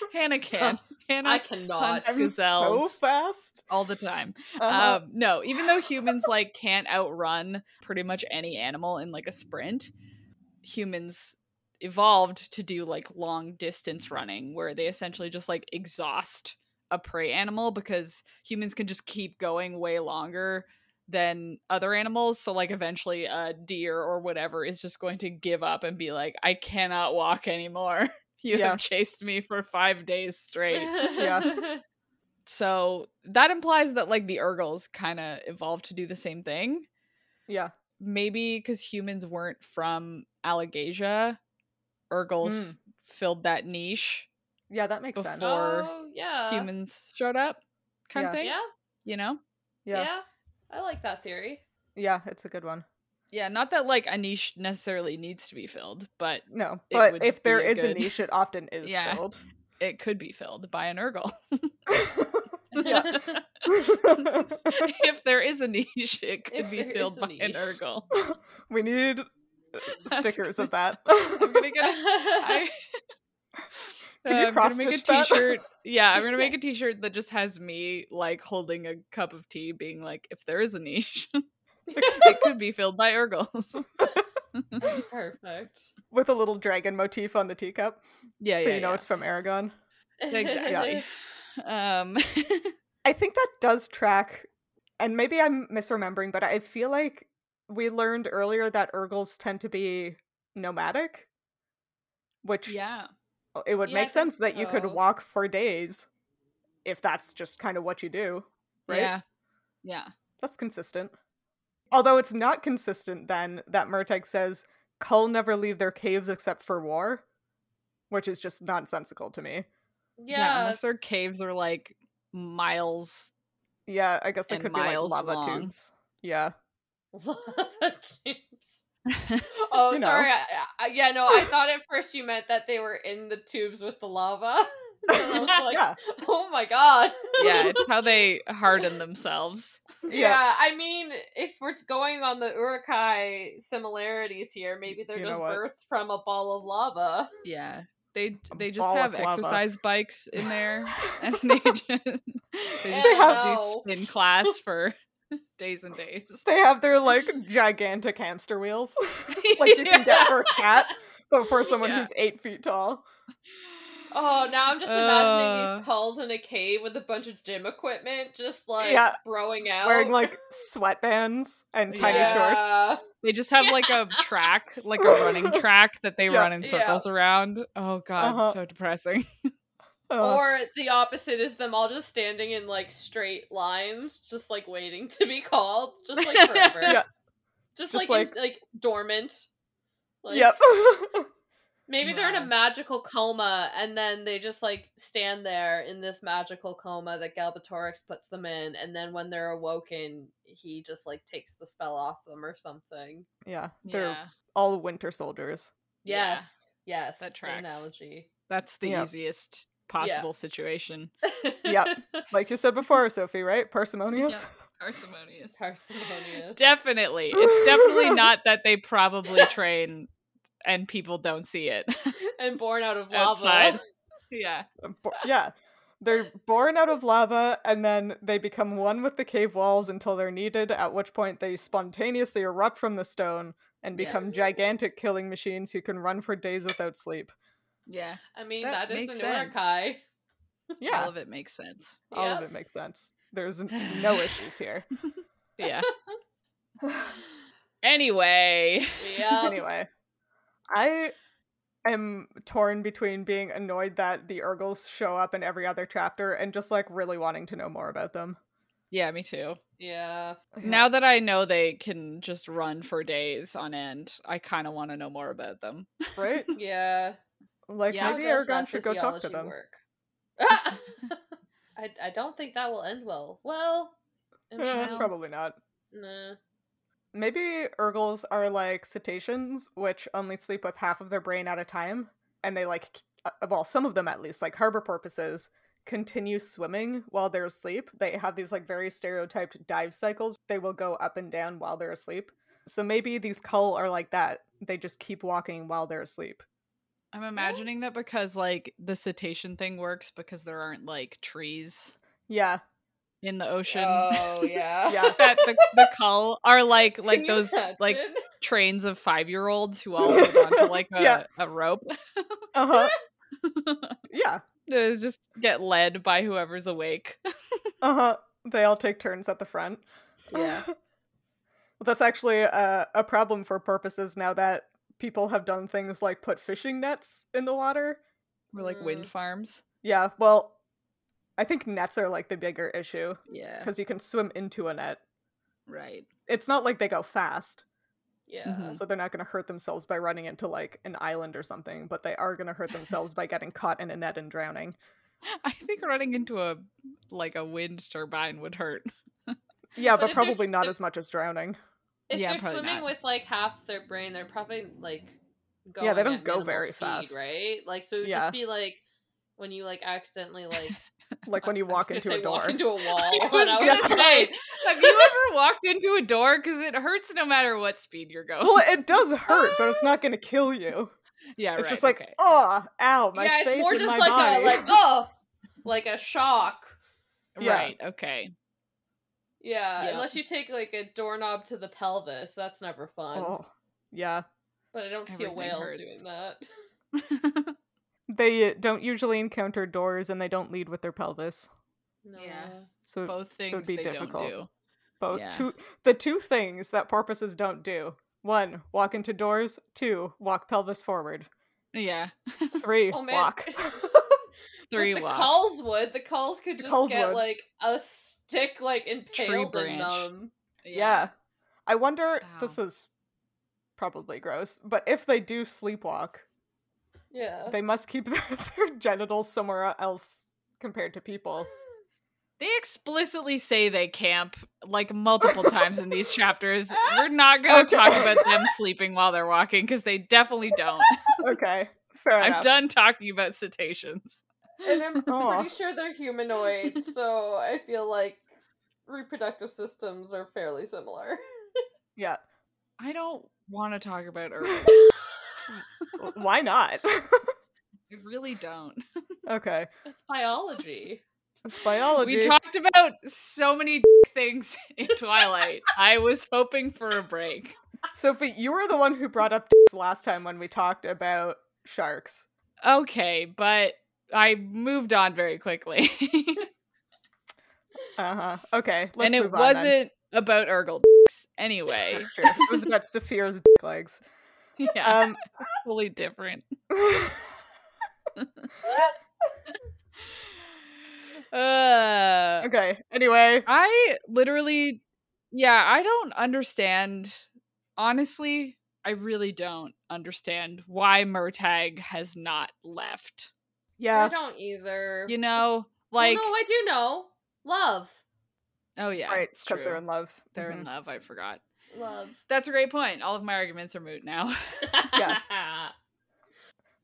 hannah can hannah
I cannot.
Hunts-
I'm so
gazelles.
fast.
all the time
Uh-huh.
um, no, even though humans like can't outrun pretty much any animal in like a sprint, humans evolved to do like long distance running where they essentially just like exhaust a prey animal because humans can just keep going way longer than other animals so like eventually a deer or whatever is just going to give up and be like I cannot walk anymore. You
Yeah.
have chased me for 5 days straight
Yeah.
so that implies that like the Urgles kind of evolved to do the same thing.
yeah.
Maybe because humans weren't from Allegasia, Urgles
Mm.
f- filled that niche.
Yeah, that makes sense.
Before-
Oh,
Uh
yeah.
humans showed up, kind
Yeah.
of thing.
Yeah.
You know?
Yeah.
Yeah.
I like that theory.
Yeah, it's a good one.
Yeah, not that like a niche necessarily needs to be filled, but
No,
It
but
would
if there
be a
is a
good-
niche, it often is
Yeah.
filled.
it could be filled by an Urgle.
yeah.
if there is a niche, it could
If
be
there is
filled
a
by an
niche.
Urgle.
we need uh,
I'm
stickers of that.
I'm gonna get I, Uh,
Can you
I'm gonna make a
cross-stitch that?
t-shirt. Yeah, I'm gonna make a t-shirt that just has me like holding a cup of tea, being like, if there is a niche, it could be filled by Urgles.
That's perfect.
with a little dragon motif on the teacup,
yeah,
so
yeah,
you know
yeah.
it's from Aragon.
exactly. um,
I think that does track, and maybe I'm misremembering, but I feel like we learned earlier that Urgles tend to be nomadic, which
yeah,
it would
Yeah, I
make
think
sense that you could
so.
walk for days if that's just kind of what you do, right?
yeah, yeah.
That's consistent. Although it's not consistent then that Murtag says Cull never leave their caves except for war, which is just nonsensical to me.
Yeah,
Yeah,
unless their caves are like miles.
Yeah, I guess they
And
could be like
miles
lava
long.
tubes. Yeah.
lava tubes. Oh,
You know.
sorry. I, I, yeah, no, I thought at first you meant that they were in the tubes with the lava. And I was like,
yeah.
oh my god.
yeah, it's how they harden themselves.
yeah. I mean, if we're going on the Urukai similarities here, maybe they're
You know
just
what?
birthed from a ball of lava.
Yeah, they
A
they just
ball of
have
lava.
exercise bikes in there, and they just, they just
They
have
have-
to do spin class for days and days.
They have their like gigantic hamster wheels, like you can get for a cat, but for someone
Yeah.
who's eight feet tall.
Oh, now I'm just imagining
Uh.
these culls in a cave with a bunch of gym equipment, just like
Yeah.
throwing out,
Wearing like sweatbands and tiny
Yeah.
shorts.
Yeah.
They just have like a track, like a running track that they
Yeah.
run in circles around. Oh god,
Uh-huh.
so depressing.
Ugh.
Or the opposite is them all just standing in like straight lines, just like waiting to be called, just like forever.
Yeah.
Just,
Just
like in- like,
like-
dormant. Like,
yep.
Maybe they're in a
Wow.
magical coma, and then they just like stand there in this magical coma that Galbatorix puts them in, and then when they're awoken, he just like takes the spell off them or something.
yeah. They're
yeah,
all winter soldiers.
Yeah.
Yes, yes,
That
good
tracks.
analogy.
that's the
Yeah.
easiest possible situation.
Yep. Like you said before, Sophie, right? Parsimonious.
Parsimonious.
parsimonious.
Definitely. It's definitely not that they probably train and people don't see it
and born out of lava.
outside. Yeah.
Uh, bo- yeah. They're born out of lava and then they become one with the cave walls until they're needed, at which point they spontaneously erupt from the stone and
Yeah.
become gigantic killing machines who can run for days without sleep.
Yeah.
I mean,
That
that is an
makes sense.
Urukai.
Yeah.
All of it makes sense.
All of it makes sense. There's n- no issues here.
Yeah. Anyway.
Yeah.
anyway, I am torn between being annoyed that the Urgles show up in every other chapter and just like really wanting to know more about them.
Yeah, me too.
Yeah.
Now that I know they can just run for days on end, I kind of want to know more about them.
right?
Yeah.
Like
Yeah.
How
maybe
does
Aragon
that
should go talk to
physiology
them.
work? I, I don't think that will end well. Well, I mean,
Eh,
no.
Probably not.
Nah.
Maybe Urgles are like cetaceans, which only sleep with half of their brain at a time, and they like, k- uh, well, some of them at least, like harbor purposes, continue swimming while they're asleep. They have these like very stereotyped dive cycles. They will go up and down while they're asleep. So maybe these cull are like that. They just keep walking while they're asleep.
I'm imagining that because, like, the cetacean thing works because there aren't, like, trees
Yeah,
in the ocean.
Oh yeah.
Yeah.
that the, the cull are like
Can
like
you
those like
imagine?
trains of five year olds who all hold onto like a,
Yeah.
a rope.
uh huh, yeah,
they just get led by whoever's awake.
uh huh. They all take turns at the front.
Yeah.
well, that's actually uh, a, a problem for purposes now that people have done things like put fishing nets in the water.
We're like
Mm.
wind farms.
Yeah, well, I think nets are like the bigger issue
Yeah.
because you can swim into a net.
Right.
It's not like they go fast,
yeah.
Mhm.
so they're not going to hurt themselves by running into like an island or something, but they are going to hurt themselves by getting caught in a net and drowning.
I think running into a like a wind turbine would hurt.
Yeah,
But
but,
if they're
probably not
sti-
as much as drowning.
If
Yeah,
they're
probably
swimming
not.
with like half their brain, they're probably like going
Yeah, they don't
at
go
minimal
very
speed,
fast.
right? Like so, it would
Yeah.
just be like when you like accidentally like
Like when you
I was
walk
gonna
into
say
a door.
walk into a wall.
I
and
was
I
gonna
was
say,
like-
Have you ever walked into a door? Because it hurts no matter what speed you're going.
well, it does hurt, but it's not going to kill you.
yeah,
It's
right,
just like,
okay.
oh, ow, my
yeah,
face
it's more
and my
just like
body.
a like oh, like a shock.
"Oh, yeah.
right, okay.
Yeah,
Yeah.
um, unless you take like a doorknob to the pelvis, that's never fun.
Oh, yeah.
but I don't see a
Everything
whale
hurts.
doing that.
They don't usually encounter doors and they don't lead with their pelvis.
No.
Yeah.
So both,
Both things
be
they
difficult.
don't do. yeah.
two, the two things that porpoises don't do. One, walk into doors. Two, walk pelvis forward.
Yeah.
Three,
Oh, man.
walk.
Three
But the
walk.
culls would. The culls could just
culls
get
would.
like a stick, like impaled in
branch.
them.
yeah. I wonder this
Wow.
is probably gross, but if they do sleepwalk,
Yeah.
they must keep their, their genitals somewhere else compared to people.
They explicitly say they camp like multiple times in these chapters. We're not going to
Okay.
talk about them sleeping while they're walking because they definitely don't.
Okay, fair
I'm
enough.
done talking about cetaceans.
And I'm
Aw.
pretty sure they're humanoid, so I feel like reproductive systems are fairly similar.
Yeah,
I don't want to talk about herbs.
w- why not?
I really don't.
okay,
It's biology.
it's biology.
We talked about so many things in Twilight. I was hoping for a break.
Sophie, you were the one who brought up dicks last time when we talked about sharks.
Okay, but I moved on very quickly.
Uh huh. Okay, let's
and it
move on. then.
wasn't about Urgle anyway.
That's true. It was about Saphira's dick legs.
Yeah,
Um,
totally different. Uh,
okay. Anyway,
I literally, yeah, I don't understand. Honestly, I really don't understand why Murtag has not left.
I
yeah.
don't either.
You know,
Well,
like,
no, I do know. Love.
oh yeah,
right,
it's true.
because they're in love.
They're
Mhm.
in love. I forgot.
Love.
That's a great point. All of my arguments are moot now.
Yeah.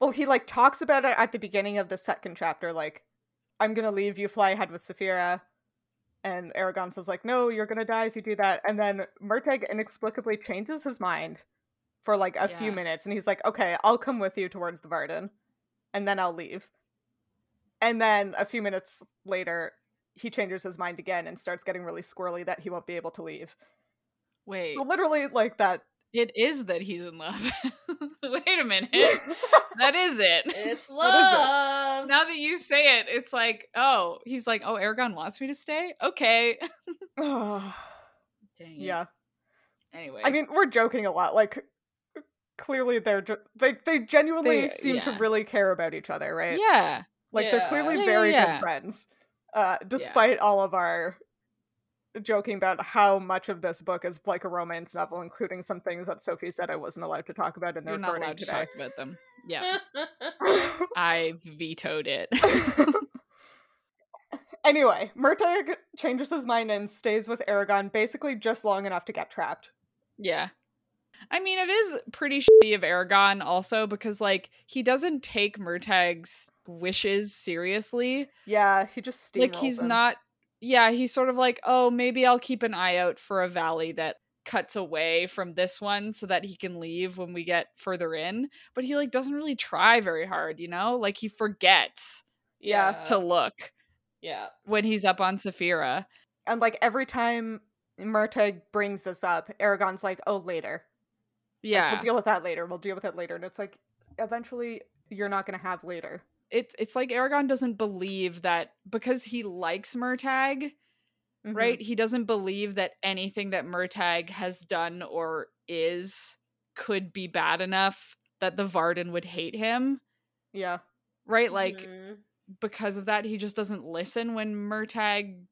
Well, he like talks about it at the beginning of the second chapter, like, I'm gonna leave you, fly ahead with Saphira. And Aragon says, like, no, you're gonna die if you do that. And then Murtag inexplicably changes his mind for like a few
Yeah.
minutes, and he's like, Okay, I'll come with you towards the Varden, and then I'll leave. And then a few minutes later, he changes his mind again and starts getting really squirrely that he won't be able to leave.
Wait,
So literally like that.
it is that he's in love. Wait a minute, that is it.
It's
is it?
love.
Now that you say it, it's like, oh, he's like, oh, Aragon wants me to stay. Okay. Dang. it.
yeah.
Anyway,
I mean, we're joking a lot. Like, clearly they're ge- they they genuinely
They-
seem to
yeah.
really care about each other, right?
yeah,
Like
Yeah.
they're clearly
Yeah, yeah,
very
yeah.
good friends, uh, despite all of our joking about how much of this book is like a romance novel, including some things that Sophie said I wasn't allowed to talk about in the
you're not
recording
allowed to
today.
talk about them. Yeah, I vetoed it.
anyway, Murtagh changes his mind and stays with Aragon basically just long enough to get trapped.
yeah. I mean, it is pretty shitty of Aragon also because, like, he doesn't take Murtag's wishes seriously.
Yeah, he just steamrolls
like he's
him.
not yeah he's sort of like oh maybe i'll keep an eye out for a valley that cuts away from this one so that he can leave when we get further in but he like doesn't really try very hard you know like he forgets
Yeah,
Uh,
to look
yeah.
when he's up on saphira
And like every time Murtagh brings this up, Aragon's like, "Oh, later. Like,
yeah
we'll deal with that later. We'll deal with it later." And it's like, eventually, you're not gonna have later.
it's it's like aragon doesn't believe that because he likes murtag
Mhm.
right? He doesn't believe that anything that Murtag has done or is could be bad enough that the Varden would hate him,
Yeah.
right? Like
Mm-hmm.
Mhm.
because of that, he just doesn't listen when Murtag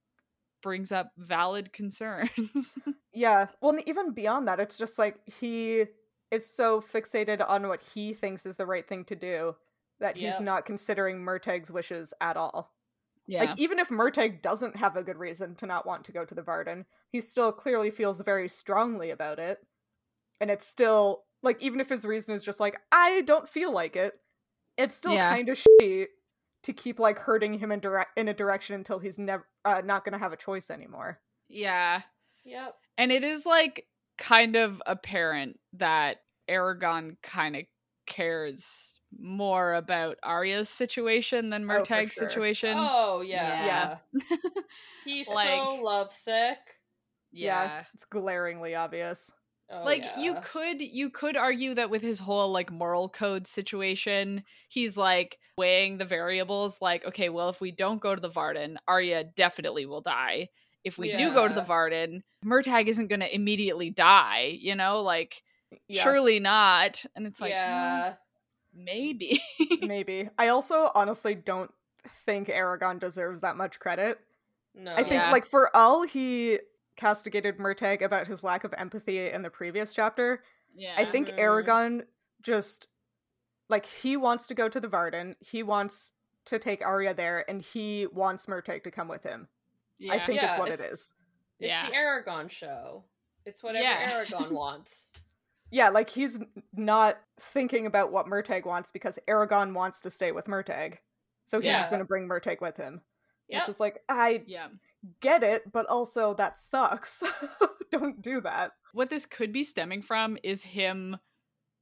brings up valid concerns.
Yeah. Well, and even beyond that, it's just like he is so fixated on what he thinks is the right thing to do that he's
Yep.
not considering Murtagh's wishes at all.
yeah,
Like even if Murtagh doesn't have a good reason to not want to go to the Varden, he still clearly feels very strongly about it. And it's still like even if his reason is just like I don't feel like it, it's still
Yeah.
kind of shitty to keep like hurting him in direct in a direction until he's never uh, not going to have a choice anymore.
yeah,
Yep.
and it is like kind of apparent that Aragon kind of cares more about Arya's situation than
Oh, for
Murtag's
sure.
situation.
Oh yeah.
Yeah.
He's
Like-
so lovesick.
it's glaringly obvious.
Oh,
like you
yeah.
could you could argue that with his whole like moral code situation he's like weighing the variables like okay well if we don't go to the varden arya definitely will die if we do go to the
Yeah.
varden murtag isn't going to immediately die you know like surely not and it's
hmm.
like yeah.
yeah.
maybe
Maybe. I also honestly don't think Aragon deserves that much credit.
No.
I think,
Oh, Yeah.
like, for all he castigated Murtag about his lack of empathy in the previous chapter,
yeah Mm-hmm.
I think
Mhm.
Aragon just, like, he wants to go to the Varden. He wants to take Arya there, and he wants Murtag to come with him.
yeah.
I think is
Yeah,
what it
it's-
is.
it's
yeah.
the Aragon show. It's whatever
Yeah.
Aragon wants.
Yeah, like, he's n- not thinking about what Murtag wants because Aragon wants to stay with Murtag. So he's
Yeah.
just going to bring Murtag with him.
Yeah.
Which is like, I
yeah
get it, but also that sucks. Don't do that.
what this could be stemming from is him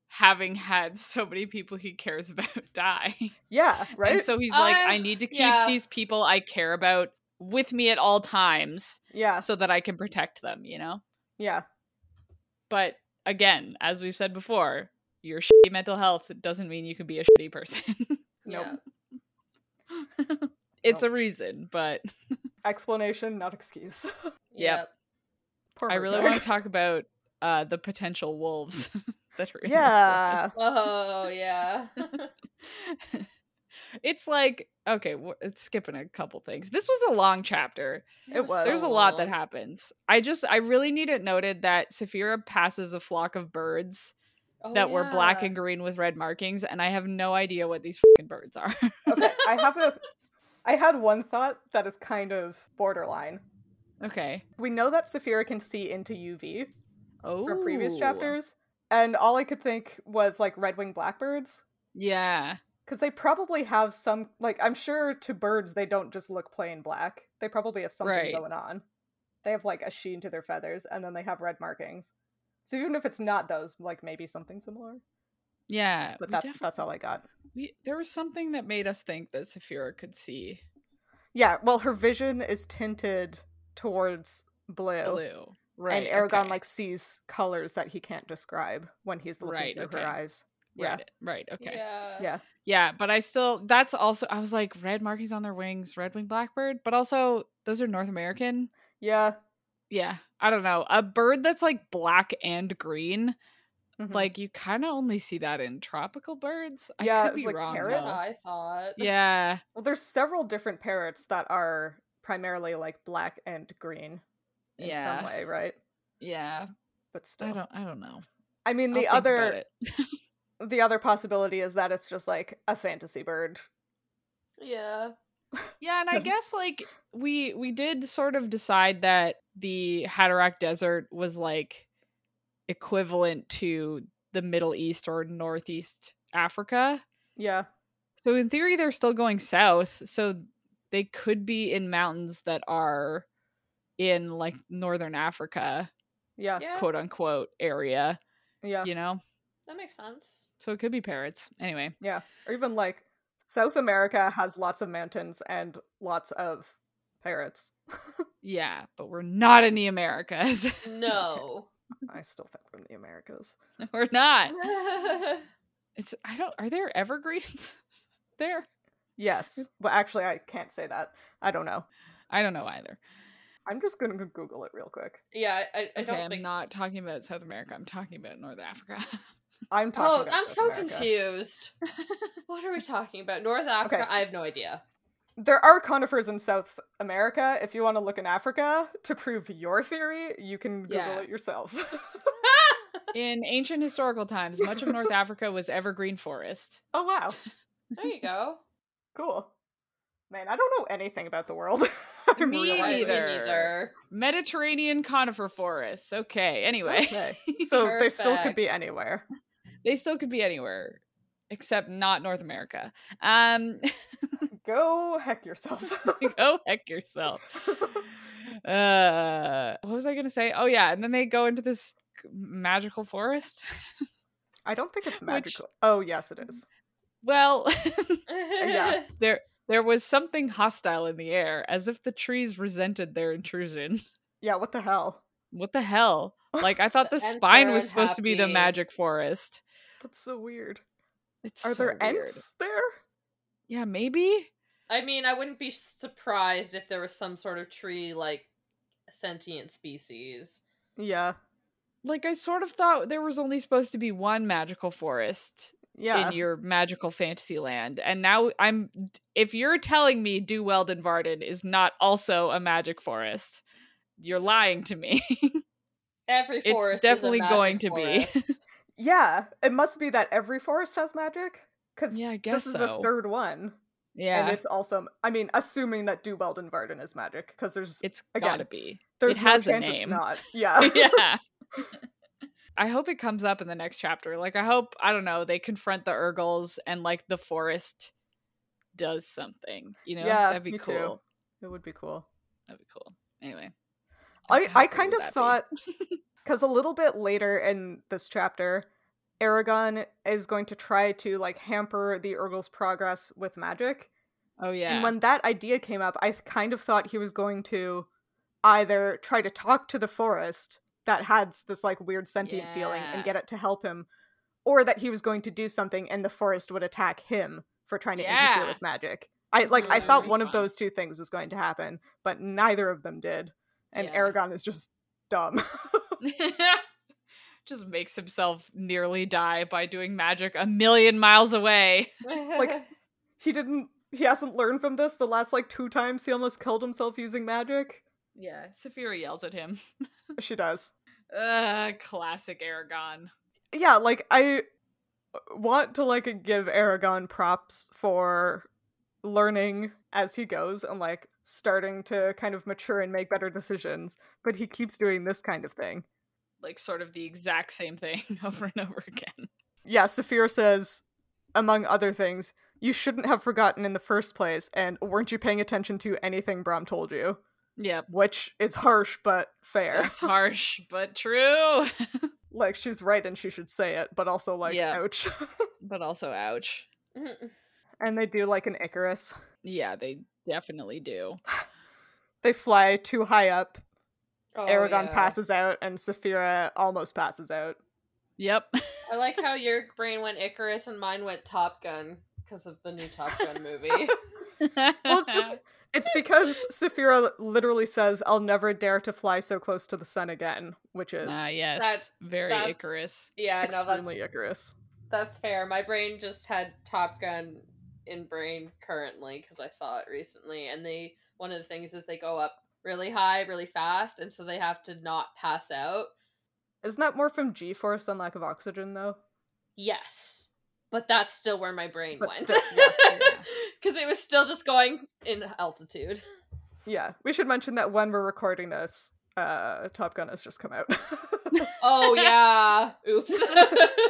having had so many people he cares about die
Yeah, right?
And so he's like,
Uh,
I need to keep
yeah.
these people I care about with me at all times
yeah,
so that I can protect them, you know?
yeah,
But again, as we've said before, your shitty mental health doesn't mean you can be a shitty person.
Nope.
Yeah.
it's
Nope.
a reason, but
Explanation, not excuse.
Yep.
Poor
I really
Murtagh.
want to talk about uh, the potential wolves that are in this
Yeah.
forest.
Oh yeah.
It's like, okay, we it's skipping a couple things. This was a long chapter.
It was.
There's a lot that happens. I just I really need it noted that Saphira passes a flock of birds
Oh,
that were black
yeah.
and green with red markings, and I have no idea what these fucking birds are.
Okay, I have a. I had one thought that is kind of borderline.
okay.
We know that Saphira can see into UV
Oh.
from previous chapters, and all I could think was like red winged blackbirds,
Yeah.
because they probably have some. Like, I'm sure to birds, they don't just look plain black. They probably have something
Right.
going on. They have like a sheen to their feathers, and then they have red markings. So even if it's not those, like maybe something similar.
Yeah.
But
we
that's
defi-
that's all I got.
we, there was something that made us think that Saphira could see
Yeah, well, her vision is tinted towards blue,
blue. Right.
Oh. and Aragon
okay.
like sees colors that he can't describe when he's looking
Right,
through
okay.
her eyes. yeah.
Right, right. Okay. Yeah.
Yeah.
Yeah,
But I still. That's also. I was like red markings on their wings, red winged blackbird. But also, those are North American.
yeah,
Yeah. I don't know. A bird that's like black and green.
mhm.
Like you kind of only see that in tropical birds.
Yeah, it
I could
was
be
like
wrong.
That's
parrots.
what
though.
I thought.
Yeah.
well, there's several different parrots that are primarily like black and green in
Yeah.
some way, right?
Yeah.
But still,
I
I,
don't I don't know.
mean, the
I'll think about
other
it.
the other possibility is that it's just like a fantasy bird.
Yeah.
Yeah, and I guess like we we did sort of decide that the Hatterack Desert was like equivalent to the Middle East or Northeast Africa.
Yeah,
So in theory they're still going south, so they could be in mountains that are in like northern Africa,
yeah,
Yeah.
quote unquote area,
yeah,
you know?
That makes sense.
So it could be parrots. Anyway.
yeah, or even like South America has lots of mountains and lots of parrots.
Yeah, but we're not in the Americas.
No.
I still think we're in the Americas.
we're not.
yeah.
It's I don't are there evergreens there?
Yes. Well, actually, I can't say that. I don't know.
I don't know either.
I'm just going to Google it real quick.
I- I, I
Okay,
don't
I'm
think.
not talking about South America. I'm talking about North Africa.
I'm
Oh,
talking. about
I'm
South
so
America.
confused. what are we talking about? North Africa? I have no idea.
There are conifers in South America. If you want to look in Africa to prove your theory, you can Google
Yeah.
it yourself.
in ancient historical times, much of North Africa was evergreen forest.
oh wow,
there you go.
cool. Man, I don't know anything about the world. I'm
Me
Why is
realizing-
me
neither.
neither.
Mediterranean conifer forests. Okay, anyway.
Okay. So they still could be
Perfect.
anywhere.
They still could be anywhere except not North America. Um
Go heck yourself.
go heck yourself. Uh, what was I gonna say? Oh yeah, and then they go into this magical forest.
I don't think it's
Which-
magical. Oh yes, it is.
Well,
Yeah.
there there was something hostile in the air, as if the trees resented their intrusion.
Yeah. What the hell?
What the hell? Like I thought the,
The ants
spine
are
was supposed to be the
unhappy.
magic forest.
That's so weird.
It's
Are
so
there
weird.
ants there?
Yeah, maybe.
I mean, I wouldn't be surprised if there was some sort of tree like sentient species.
Yeah.
Like I sort of thought there was only supposed to be one magical forest
Yeah.
in your magical fantasy land, and now I'm. If you're telling me Do Weldon Varden is not also a magic forest, you're lying to me.
Every
It's
forest
definitely
is a
going
magic
to be.
forest.
yeah. It must be that every forest has magic. Because
Yeah, I guess
this is the
so.
third one.
yeah,
And
it's,
it's also, I mean, assuming that Do Weldon Varden is magic, because there's
it's
again,
gotta be.
there's
it
no
has a
chance it's
name.
not. Yeah.
yeah. I hope it comes up in the next chapter. Like I hope I don't know they confront the Urgles and like the forest does something. You know
Yeah,
that'd be
me too.
cool.
It would be cool.
That'd be cool. Anyway,
I,
how
I
cool
kind
would
of
that be?
thought because a little bit later in this chapter, Aragon is going to try to like hamper the Urgle's progress with magic.
Oh yeah.
And when that idea came up, I th- kind of thought he was going to either try to talk to the forest that had s- this like weird sentient feeling
Yeah.
and get it to help him, or that he was going to do something and the forest would attack him for trying to
Yeah. Mm,
interfere with magic. I like I thought
Mhm.
That'd be
one of
fun.
those two things was going to happen, but neither of them did. And
Yeah.
Aragon is just dumb.
Just makes himself nearly die by doing magic a million miles away.
Like- he didn't he hasn't learned from this the last like two times he almost killed himself using magic
Yeah, Saphira yells at him.
she does
Uh, classic Aragon.
yeah like i want to like give aragon props for learning as he goes and like starting to kind of mature and make better decisions but he keeps doing this kind of thing
Like sort of the exact same thing over and over again.
yeah saphir says among other things you shouldn't have forgotten in the first place and weren't you paying attention to anything brom told you
Yep.
which is harsh but fair
That's harsh, but true.
like she's right and she should say it, but also like
Yeah.
ouch.
but also, ouch.
and they do like an Icarus.
Yeah, they definitely do.
They fly too high up.
Oh,
Aragon
yeah.
passes out and Saphira almost passes out.
Yep.
I like how your brain went Icarus and mine went Top Gun because of the new Top Gun movie.
Well, it's just it's because Saphira literally says, "I'll never dare to fly so close to the sun again," which is
Ah, yes.
That-
very
that's-
Icarus.
yeah, no, that's
extremely Icarus.
that's fair. My brain just had Top Gun in brain currently because I saw it recently, and they one of the things is they go up really high, really fast, and so they have to not pass out.
Isn't that more from G-force than lack of oxygen, though?
Yes. But that's still where my brain
But
went.
still- yeah,
yeah.
Because it was still just going in altitude.
Yeah, we should mention that when we're recording this, uh, Top Gun has just come out.
Oh, yeah. Oops.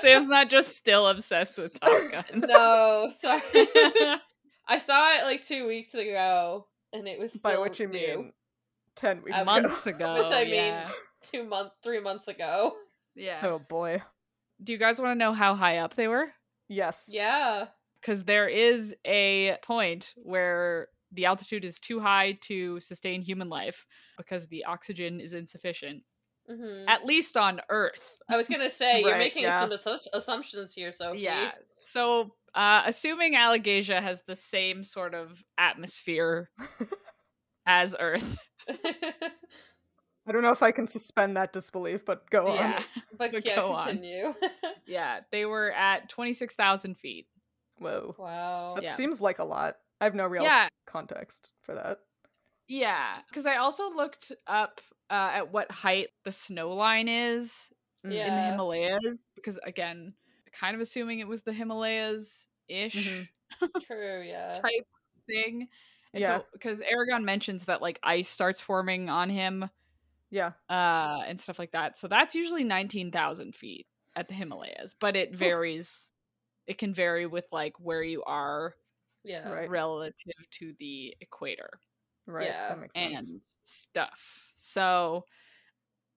Sam's not just still obsessed with Top Gun.
no, sorry. I saw it like two weeks ago, and it was
By
still
which you
new.
mean ten weeks
A
ago.
Months ago.
Which I mean-
yeah.
two month, three months ago.
yeah.
Oh boy.
Do you guys want to know how high up they were?
Yes.
Yeah,
Because there is a point where the altitude is too high to sustain human life because the oxygen is insufficient,
hmm
at least on Earth.
I was gonna say you're
Right,
making
yeah.
some assu- assumptions here, so
Yeah. So, uh, assuming Allegasia has the same sort of atmosphere as Earth,
I don't know if I can suspend that disbelief, but go on.
yeah,
but
But
yeah,
go on.
continue.
yeah, they were at twenty six thousand feet.
Whoa.
wow.
That
Yeah.
seems like a lot. I have no real
Yeah,
context for that.
yeah. Because I also looked up uh, at what height the snow line is
Mm.
in the
Yeah.
Himalayas because again, kind of assuming it was the Himalayas ish
Mhm.
True. Yeah.
type thing. And
Yeah.
so because Aragon mentions that like ice starts forming on him
Yeah.
uh and stuff like that. So that's usually 19,000 feet at the Himalayas, but it varies it can vary with like where you are
Yeah.
Right.
relative to the equator
Right.
Yeah,
That makes sense.
and stuff. So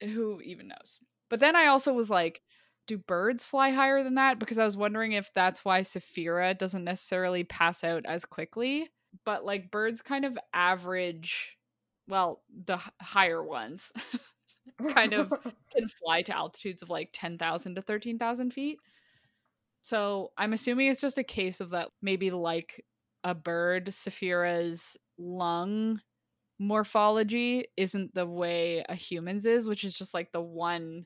who even knows? But then I also was like, do birds fly higher than that? Because I was wondering if that's why Saphira doesn't necessarily pass out as quickly. But like birds kind of average, well, the h- higher ones kind of can fly to altitudes of like 10,000 to 13,000 feet. So I'm assuming it's just a case of that maybe like a bird, Saphira's lung morphology isn't the way a human's is, which is just like the one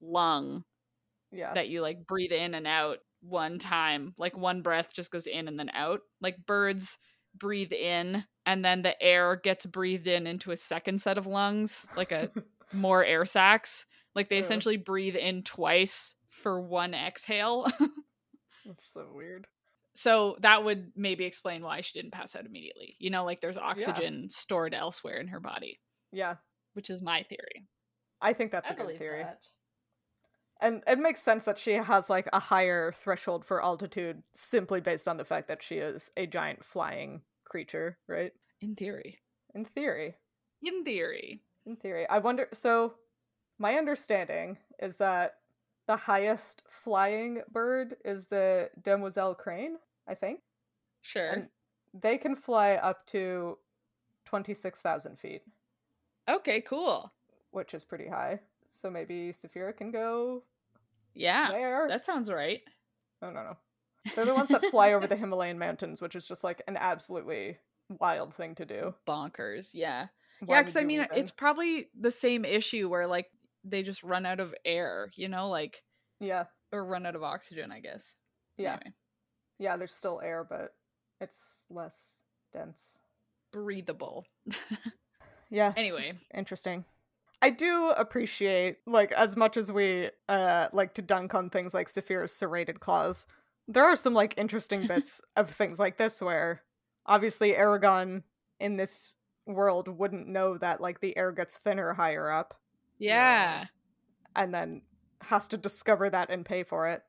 lung
yeah.
that you like breathe in and out one time. Like one breath just goes in and then out. Like birds breathe in and then the air gets breathed in into a second set of lungs, like a more air sacs. Like they
Yeah.
essentially breathe in twice for one exhale.
That's so weird.
so that would maybe explain why she didn't pass out immediately. You know, like there's oxygen stored elsewhere in her body,
Yeah.
which is my theory.
I think that's
I
a good
believe
theory.
that.
And it makes sense that she has like a higher threshold for altitude simply based on the fact that she is a giant flying creature, right?
In theory.
In theory.
In theory.
In theory. I wonder so my understanding is that the highest flying bird is the demoiselle crane, I think.
Sure.
And they can fly up to 26,000 feet,
okay, cool.
which is pretty high. So maybe Saphira can go
Yeah.
there.
That sounds right.
I don't know. They're the ones that fly over the Himalayan mountains, which is just like an absolutely wild thing to do.
Bonkers. Yeah.
Why
Yeah, because
would
I
you
mean,
even?
it's probably the same issue where like they just run out of air, you know, like
yeah,
or run out of oxygen, I guess.
yeah,
Anyway,
yeah. There's still air, but it's less dense.
breathable.
Yeah.
Anyway,
interesting. I do appreciate, like, as much as we uh like to dunk on things like Saphira's serrated claws, there are some like interesting bits of things like this where obviously Aragon in this world wouldn't know that like the air gets thinner higher up.
yeah.
and then has to discover that and pay for it.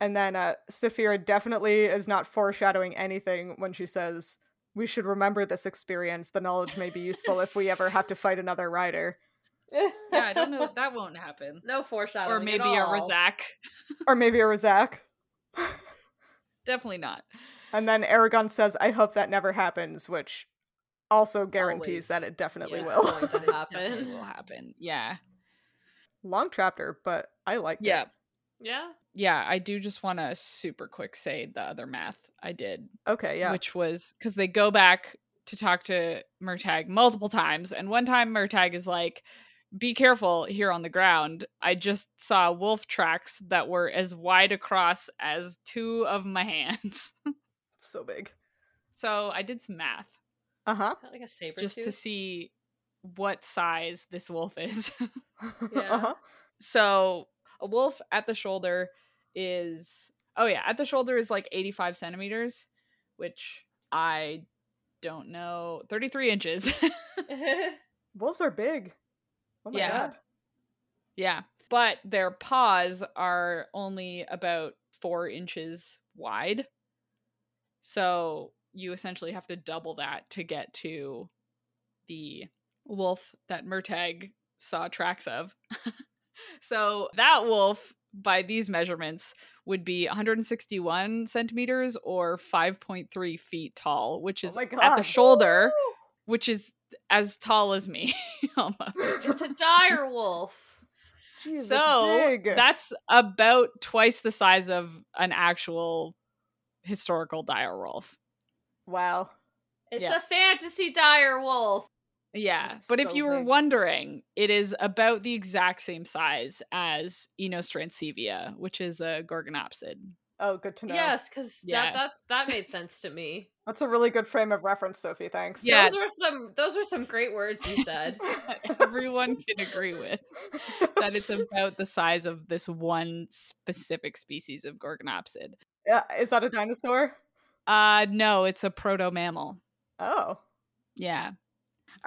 And then uh, Saphira definitely is not foreshadowing anything when she says, "We should remember this experience. The knowledge may be useful if we ever have to fight another rider,
Yeah, I don't know that won't happen.
no foreshadowing.
or
at
maybe a
all.
Razak.
or maybe a Razak."
Definitely not.
and then Aragon says, "I hope that never happens," which also guarantees that
Always.
it definitely
Yeah.
will.
It's going to happen.
Definitely will happen. Yeah.
Long chapter, but I liked
Yeah.
it.
Yeah.
Yeah, I do just want to super quick say the other math I did
Okay, yeah,
which was because they go back to talk to Murtag multiple times, and one time Murtag is like, "Be careful here on the ground. I just saw wolf tracks that were as wide across as two of my hands."
it's so big.
so I did some math
Uh huh.
Got, Like a saber
just to
tooth?
see what size this wolf is.
Yeah.
uh huh.
so a wolf at the shoulder is oh yeah at the shoulder is like 85 centimeters which i don't know 33 inches
Wolves are big. Oh my
Yeah.
god.
yeah but their paws are only about four inches wide so you essentially have to double that to get to the wolf that murtag saw tracks of so that wolf by these measurements would be 161 centimeters or 5.3 feet tall which
Oh
is
my
at the
God.
shoulder which is as tall as me almost
it's a dire wolf.
Jesus,
so
big.
that's about twice the size of an actual historical dire wolf.
wow.
It's
Yeah.
a fantasy dire wolf.
Yeah,
That's
but
so
if you were
big.
wondering, it is about the exact same size as Enostransevia, which is a gorgonopsid.
Oh, good to know.
Yes, because
Yeah.
that that's, that made sense to me.
That's a really good frame of reference, Sophie. Thanks.
Yeah.
Those were some those were some great words you said.
Everyone can agree with that it's about the size of this one specific species of gorgonopsid.
Yeah, is that a dinosaur?
Uh no, it's a proto mammal.
Oh,
Yeah.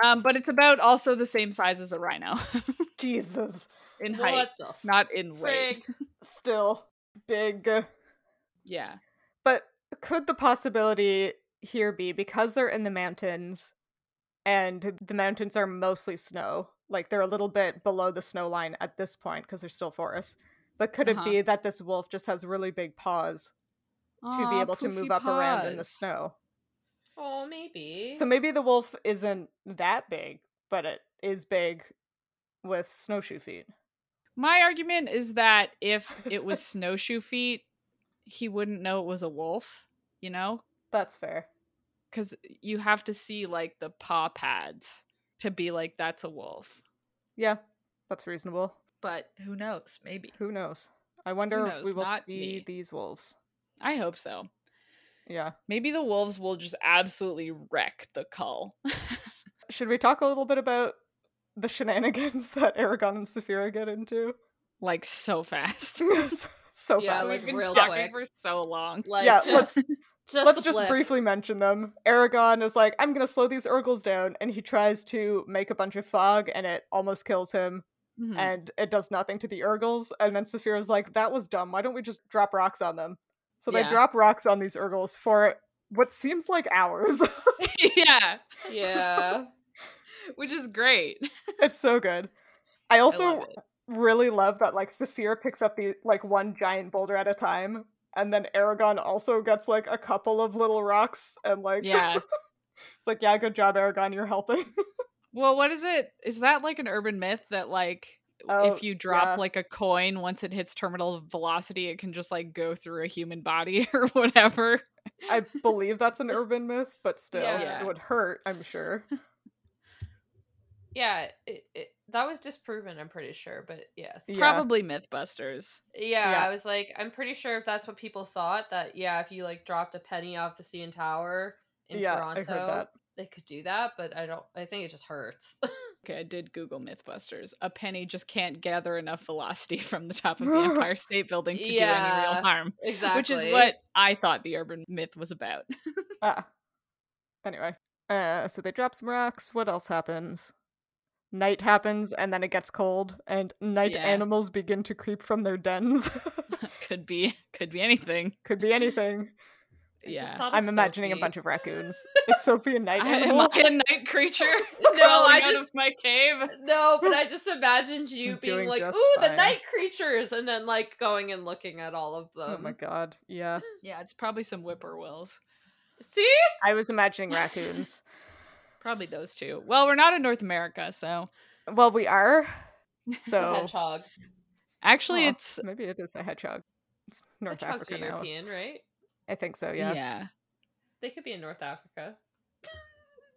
Um, but it's about also the same size as a rhino
Jesus.
in
what
height.
the f-
not in weight.
frig?
Still big.
Yeah.
But could the possibility here be because they're in the mountains and the mountains are mostly snow, like they're a little bit below the snow line at this point because they're still forests. But could
Uh-huh.
it be that this wolf just has really big paws to be able to move up around in the snow?
Oh, maybe.
Eh.
So maybe the wolf isn't that big, but it is big with snowshoe feet.
My argument is that if it was snowshoe feet, he wouldn't know it was a wolf, you know?
That's fair.
Because you have to see like the paw pads to be like, that's a wolf.
Yeah, that's reasonable.
But who knows? Maybe.
Who knows? I wonder if
knows?
we will
Not
see
me.
these wolves.
I hope so.
Yeah.
Maybe the wolves will just absolutely wreck the cull.
Should we talk a little bit about the shenanigans that Aragon and Saphira get into?
like so fast.
so
Yeah,
fast.
like,
We've been
real
talking
quick.
for so long.
Like,
Yeah,
just, just
Let's
a
just
blip.
briefly mention them. Aragon is like, I'm gonna slow these Urgles down, and he tries to make a bunch of fog, and it almost kills him,
Mhm.
Hmm.
and it does nothing to the Urgles. And then Saphira's like, that was dumb. Why don't we just drop rocks on them? So they
Yeah.
drop rocks on these Urgles for what seems like hours.
yeah,
Yeah.
which is great.
it's so good. I also
I love it.
really love that like Saphir picks up the like one giant boulder at a time, and then Aragon also gets like a couple of little rocks, and like
Yeah.
it's like yeah, good job, Aragon, you're helping.
Well, what is it? Is that like an urban myth that like
Oh,
if you drop
yeah.
like a coin once it hits terminal velocity, it can just like go through a human body or whatever?
I believe that's an urban myth, but still,
Yeah.
it would hurt, I'm sure.
yeah. It, it, that was disproven, I'm pretty sure. But yes.
Yeah.
Probably MythBusters.
Yeah,
Yeah.
I was like, I'm pretty sure if that's what people thought that, yeah, if you like dropped a penny off the CN Tower in
yeah,
Toronto,
I heard that.
they could do that. But I don't. I think it just hurts.
Okay, I did Google MythBusters. A penny just can't gather enough velocity from the top of the Empire State Building to do any
Yeah,
real harm,
exactly.
which is what I thought the urban myth was about.
Ah. Anyway, uh, so they drop some rocks. What else happens? Night happens, and then it gets cold, and night
Yeah.
animals begin to creep from their dens.
could be, could be anything.
Could be anything.
I just
yeah.
thought of
I'm imagining
Sophie.
a bunch of raccoons. Is Sophie a night
I, am
animal?
I a night creature?
No, I
crawling out of
just
my cave.
no, but I just imagined you
I'm
being
doing
like,
just
"Ooh, the
fine."
night creatures," and then like going and looking at all of
Oh
them.
my god! Yeah,
Yeah, it's probably some whippoorwills.
See,
I was imagining raccoons.
Probably those two. Well, we're not in North America, so
well, we are.
The
So
hedgehog.
actually,
Huh.
it's
maybe it is a hedgehog. It's North
Hedgehogs
Africa
are
now.
European, right?
I think so.
yeah.
Oh, Yeah.
They could be in North Africa.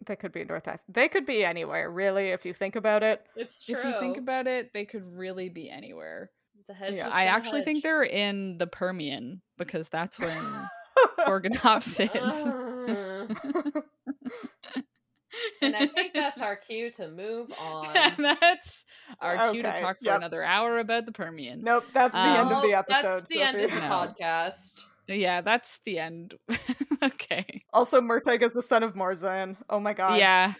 they could be North Africa. They could be anywhere, really, if you think about it.
It's true.
If you think about it, they could really be anywhere.
the hedge,
Yeah,
just
I
gonna
actually
hedge.
think they're in the Permian because that's when Gorgonov sits.
Ah. and I think that's our cue to move on.
And that's our cue to
Okay,
talk for
yep.
another hour about the Permian.
nope, that's the end of
Um, Well,
the episode.
Oh, That's the end of the
Sophie.
No.
podcast.
Yeah, that's the end. okay.
Also, Murtag is the son of Morzan. Oh my god.
Yeah.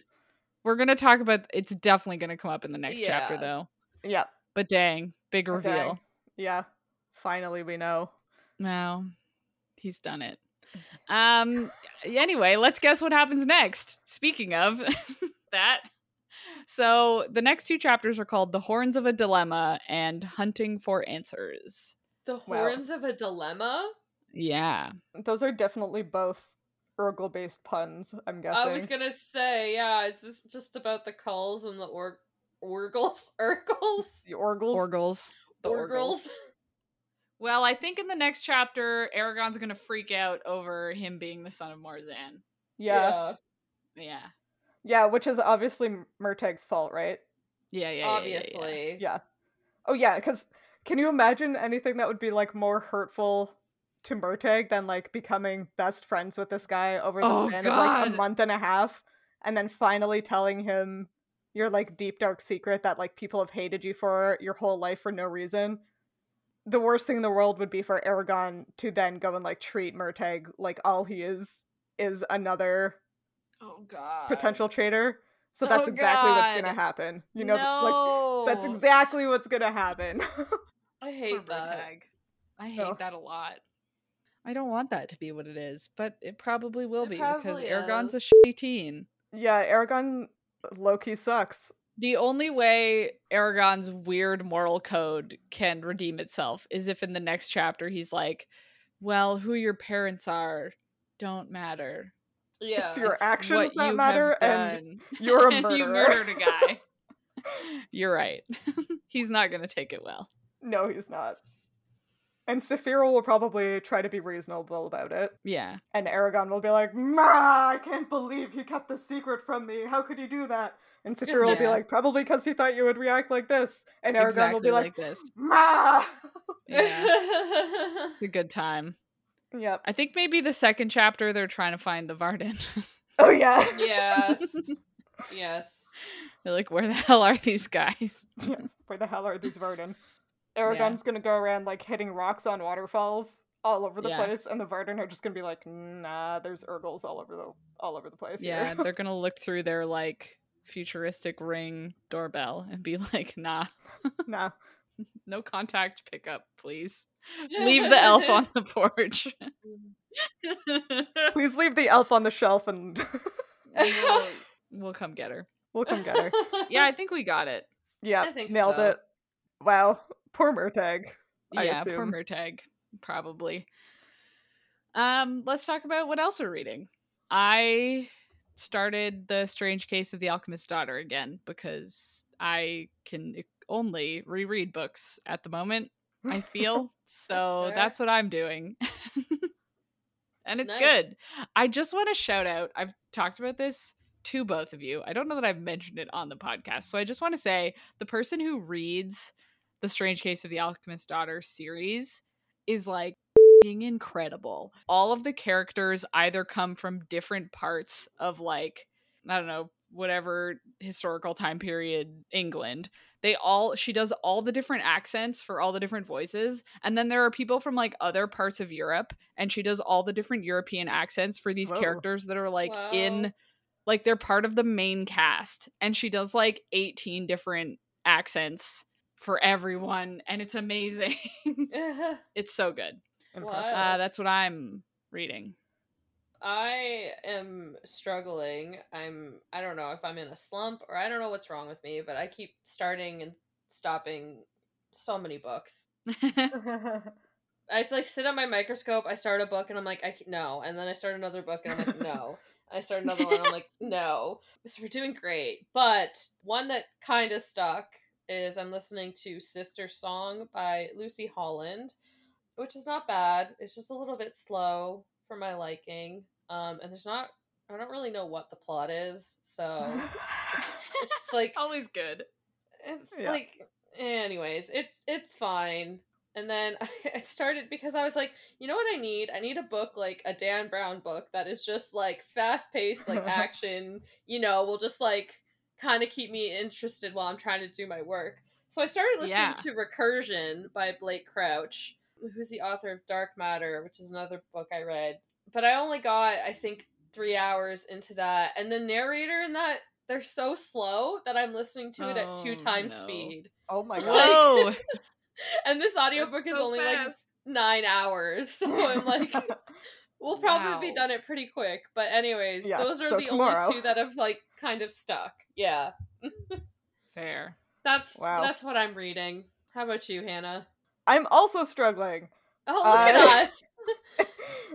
We're going to talk about it's definitely going to come up in the next chapter
Yeah.
though.
Yeah.
But dang, big
Dang.
reveal.
Yeah. Finally, we know.
No. He's done it. Um anyway, let's guess what happens next. Speaking of that. So, the next two chapters are called The Horns of a Dilemma and Hunting for Answers.
The
Well.
horns of a dilemma.
Yeah.
Those are definitely both Urgle based puns, I'm guessing.
I was gonna say, yeah, is this just about the culls and the org orgles? Urgles?
The Orgles.
Orgles. The
Orgles?
Well, I think in the next chapter, Aragon's going to freak out over him being the son of Marzan.
yeah.
Yeah.
Yeah, which is obviously M- Murtag's fault, right?
Yeah, yeah, yeah, yeah, yeah.
Obviously.
Yeah. Oh yeah, because can you imagine anything that would be like more hurtful to Murtag than like becoming best friends with this guy over the
Oh,
span of like a
God.
month and a half, and then finally telling him your like deep dark secret that like people have hated you for your whole life for no reason. The worst thing in the world would be for Aragon to then go and like treat Murtag like all he is is another
Oh god.
potential traitor. So
Oh,
that's exactly what's
God.
gonna happen. You know, th-
no.
like that's exactly what's gonna happen.
I hate that.
I hate
No.
that a lot. I don't want that to be what it is, but it probably will
It
be
probably
because Aragon's a
is.
shitty teen.
yeah, Aragon Loki sucks.
The only way Aragon's weird moral code can redeem itself is if in the next chapter he's like, "Well, who your parents are don't matter.
Yeah.
It's your
what
actions
you
that
have
matter, and
done."
you're a
And
murderer.
you murdered a guy." You're right. He's not going to take it well.
No, he's not. And Saphira will probably try to be reasonable about it.
Yeah.
And Aragon will be like, Ma, I can't believe he kept the secret from me. How could he do that? And Saphira will be
Yeah.
like, probably because he thought you would react like this. And Aragon
exactly
will be like,
like this.
Ma!
Yeah. It's a good time.
yep.
I think maybe the second chapter they're trying to find the Varden.
Oh, yeah.
yes. Yes.
they're like, where the hell are these guys?
Where the hell are these Varden? Aragon's gonna go around like hitting rocks on waterfalls all over the
Yeah.
place, and the Varden are just gonna be like, nah, there's Urgles all over the all over the place.
Yeah,
here."
they're gonna look through their like futuristic ring doorbell and be like, nah,
nah.
no contact pickup, please. Leave the elf on the porch.
Please leave the elf on the shelf and
Yeah.
we'll come get her.
we'll come get her.
Yeah, I think we got it.
Yeah,
think
nailed
so.
it. Wow, poor Murtag. I
yeah, poor
assume.
Murtag, probably. Um, let's talk about what else we're reading. I started the Strange Case of the Alchemist's Daughter again because I can e, only reread books at the moment. I feel so.
fair.
That's what I'm doing. and it's
Nice.
good. I just want to shout out. I've talked about this to both of you. I don't know that I've mentioned it on the podcast. So I just want to say the person who reads The Strange Case of the Alchemist's Daughter series is like f***ing incredible. All of the characters either come from different parts of like I don't know, whatever historical time period England. They all she does all the different accents for all the different voices. And then there are people from like other parts of Europe and she does all the different European accents for these
Whoa.
characters that are like
Wow.
in like they're part of the main cast and she does like 18 different accents for everyone and it's amazing. it's so good.
Impressive.
Uh,
Wild.
that's what I'm reading.
I am struggling. I'm I don't know if I'm in a slump or I don't know what's wrong with me, but I keep starting and stopping so many books. I s- like sit on my microscope, I start a book and I'm like I c- no, and then I start another book and I'm like no. I start another one I'm like no. So we're doing great. But one that kind of stuck is I'm listening to Sister Song by Lucy Holland, which is not bad. It's just a little bit slow for my liking. Um and there's not I don't really know what the plot is, so it's like
Always good.
it's
Yeah.
like anyways it's it's fine and then i started because i was like you know what i need i need a book like a dan brown book that is just like fast paced like action you know will just like kind of keep me interested while i'm trying to do my work so i started listening
Yeah.
to recursion by blake crouch who's the author of dark matter which is another book i read but i only got i think three hours into that and the narrator in that they're so slow that i'm listening to it at two
Oh,
times
no.
speed
oh my god.
Whoa.
and this audiobook is only like nine hours so i'm like we'll probably be
Wow.
done it pretty quick but anyways
Yeah,
those are
so
the
tomorrow.
only two that have like kind of stuck yeah
fair.
that's
Wow.
that's what i'm reading how about you hannah
I'm also struggling.
oh look at
I-
us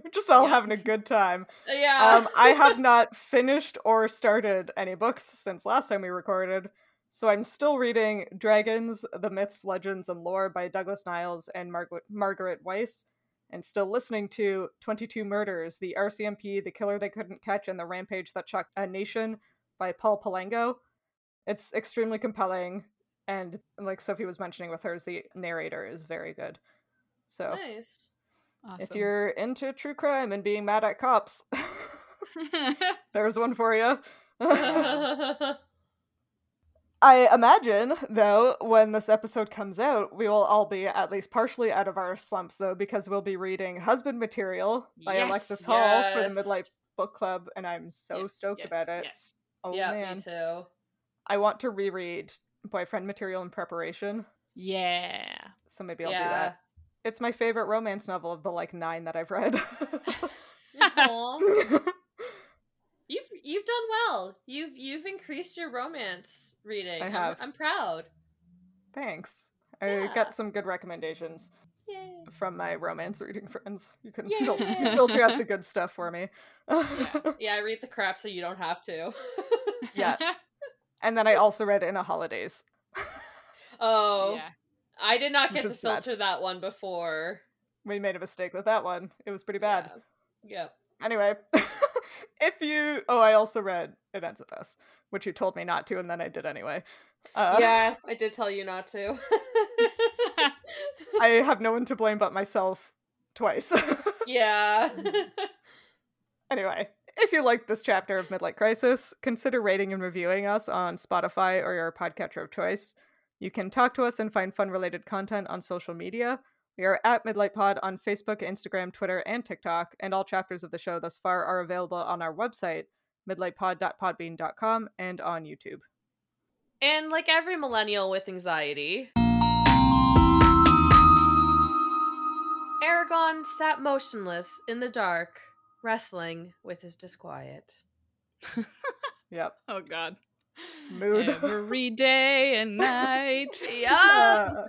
We're just all
Yeah.
having a good time.
yeah
Um, I have not finished or started any books since last time we recorded, so I'm still reading Dragons, The Myths, Legends, and Lore by Douglas Niles and Mar- Margaret Weiss, and still listening to 22 Murders, The RCMP, The Killer They Couldn't Catch, and The Rampage That Shocked a Nation by Paul Palango. It's extremely compelling, and like Sophie was mentioning with hers, the narrator is very good. So
nice
Awesome.
if you're into true crime and being mad at cops, There's one for you. Oh, I imagine, though, when this episode comes out, we will all be at least partially out of our slumps, though, because we'll be reading Husband Material by
Yes,
Alexis Hall for the
yes.
Midlight Book Club, and I'm so
Yep,
stoked
yes,
about it.
Yes.
Oh,
yeah
man.
me too
I want to reread Boyfriend Material in preparation,
Yeah.
so maybe I'll do that. It's my favorite romance novel of the like nine that I've read.
Aw. You've you've done well. You've you've increased your romance reading.
I
I'm-
have.
I'm, proud.
Thanks. I
Yeah.
got some good recommendations.
Yay.
from my romance reading friends. You can
Yay.
fil- you filter out the good stuff for me.
Yeah, I read the crap so you don't have to.
Yeah. and then I also read In a Holidays.
Oh,
Yeah.
I did not
Which
get to
is bad.
filter that one before.
we made a mistake with that one. It was pretty bad.
Yeah. Yep.
Anyway, if you oh, I also read It Ends With Us, which you told me not to, and then I did anyway. Uh,
yeah, I did tell you not to.
I have no one to blame but myself twice.
yeah.
Anyway, if you liked this chapter of Midlight Crisis, consider rating and reviewing us on Spotify or your podcatcher of choice. You can talk to us and find fun related content on social media. We are at Midlight Pod on Facebook, Instagram, Twitter, and TikTok, and all chapters of the show thus far are available on our website, midlightpod.podbean.com, and on YouTube.
and like every millennial with anxiety, Aragon sat motionless in the dark, wrestling with his disquiet.
Yep.
Oh God.
Mood.
Every day and night.
Yeah.
Uh,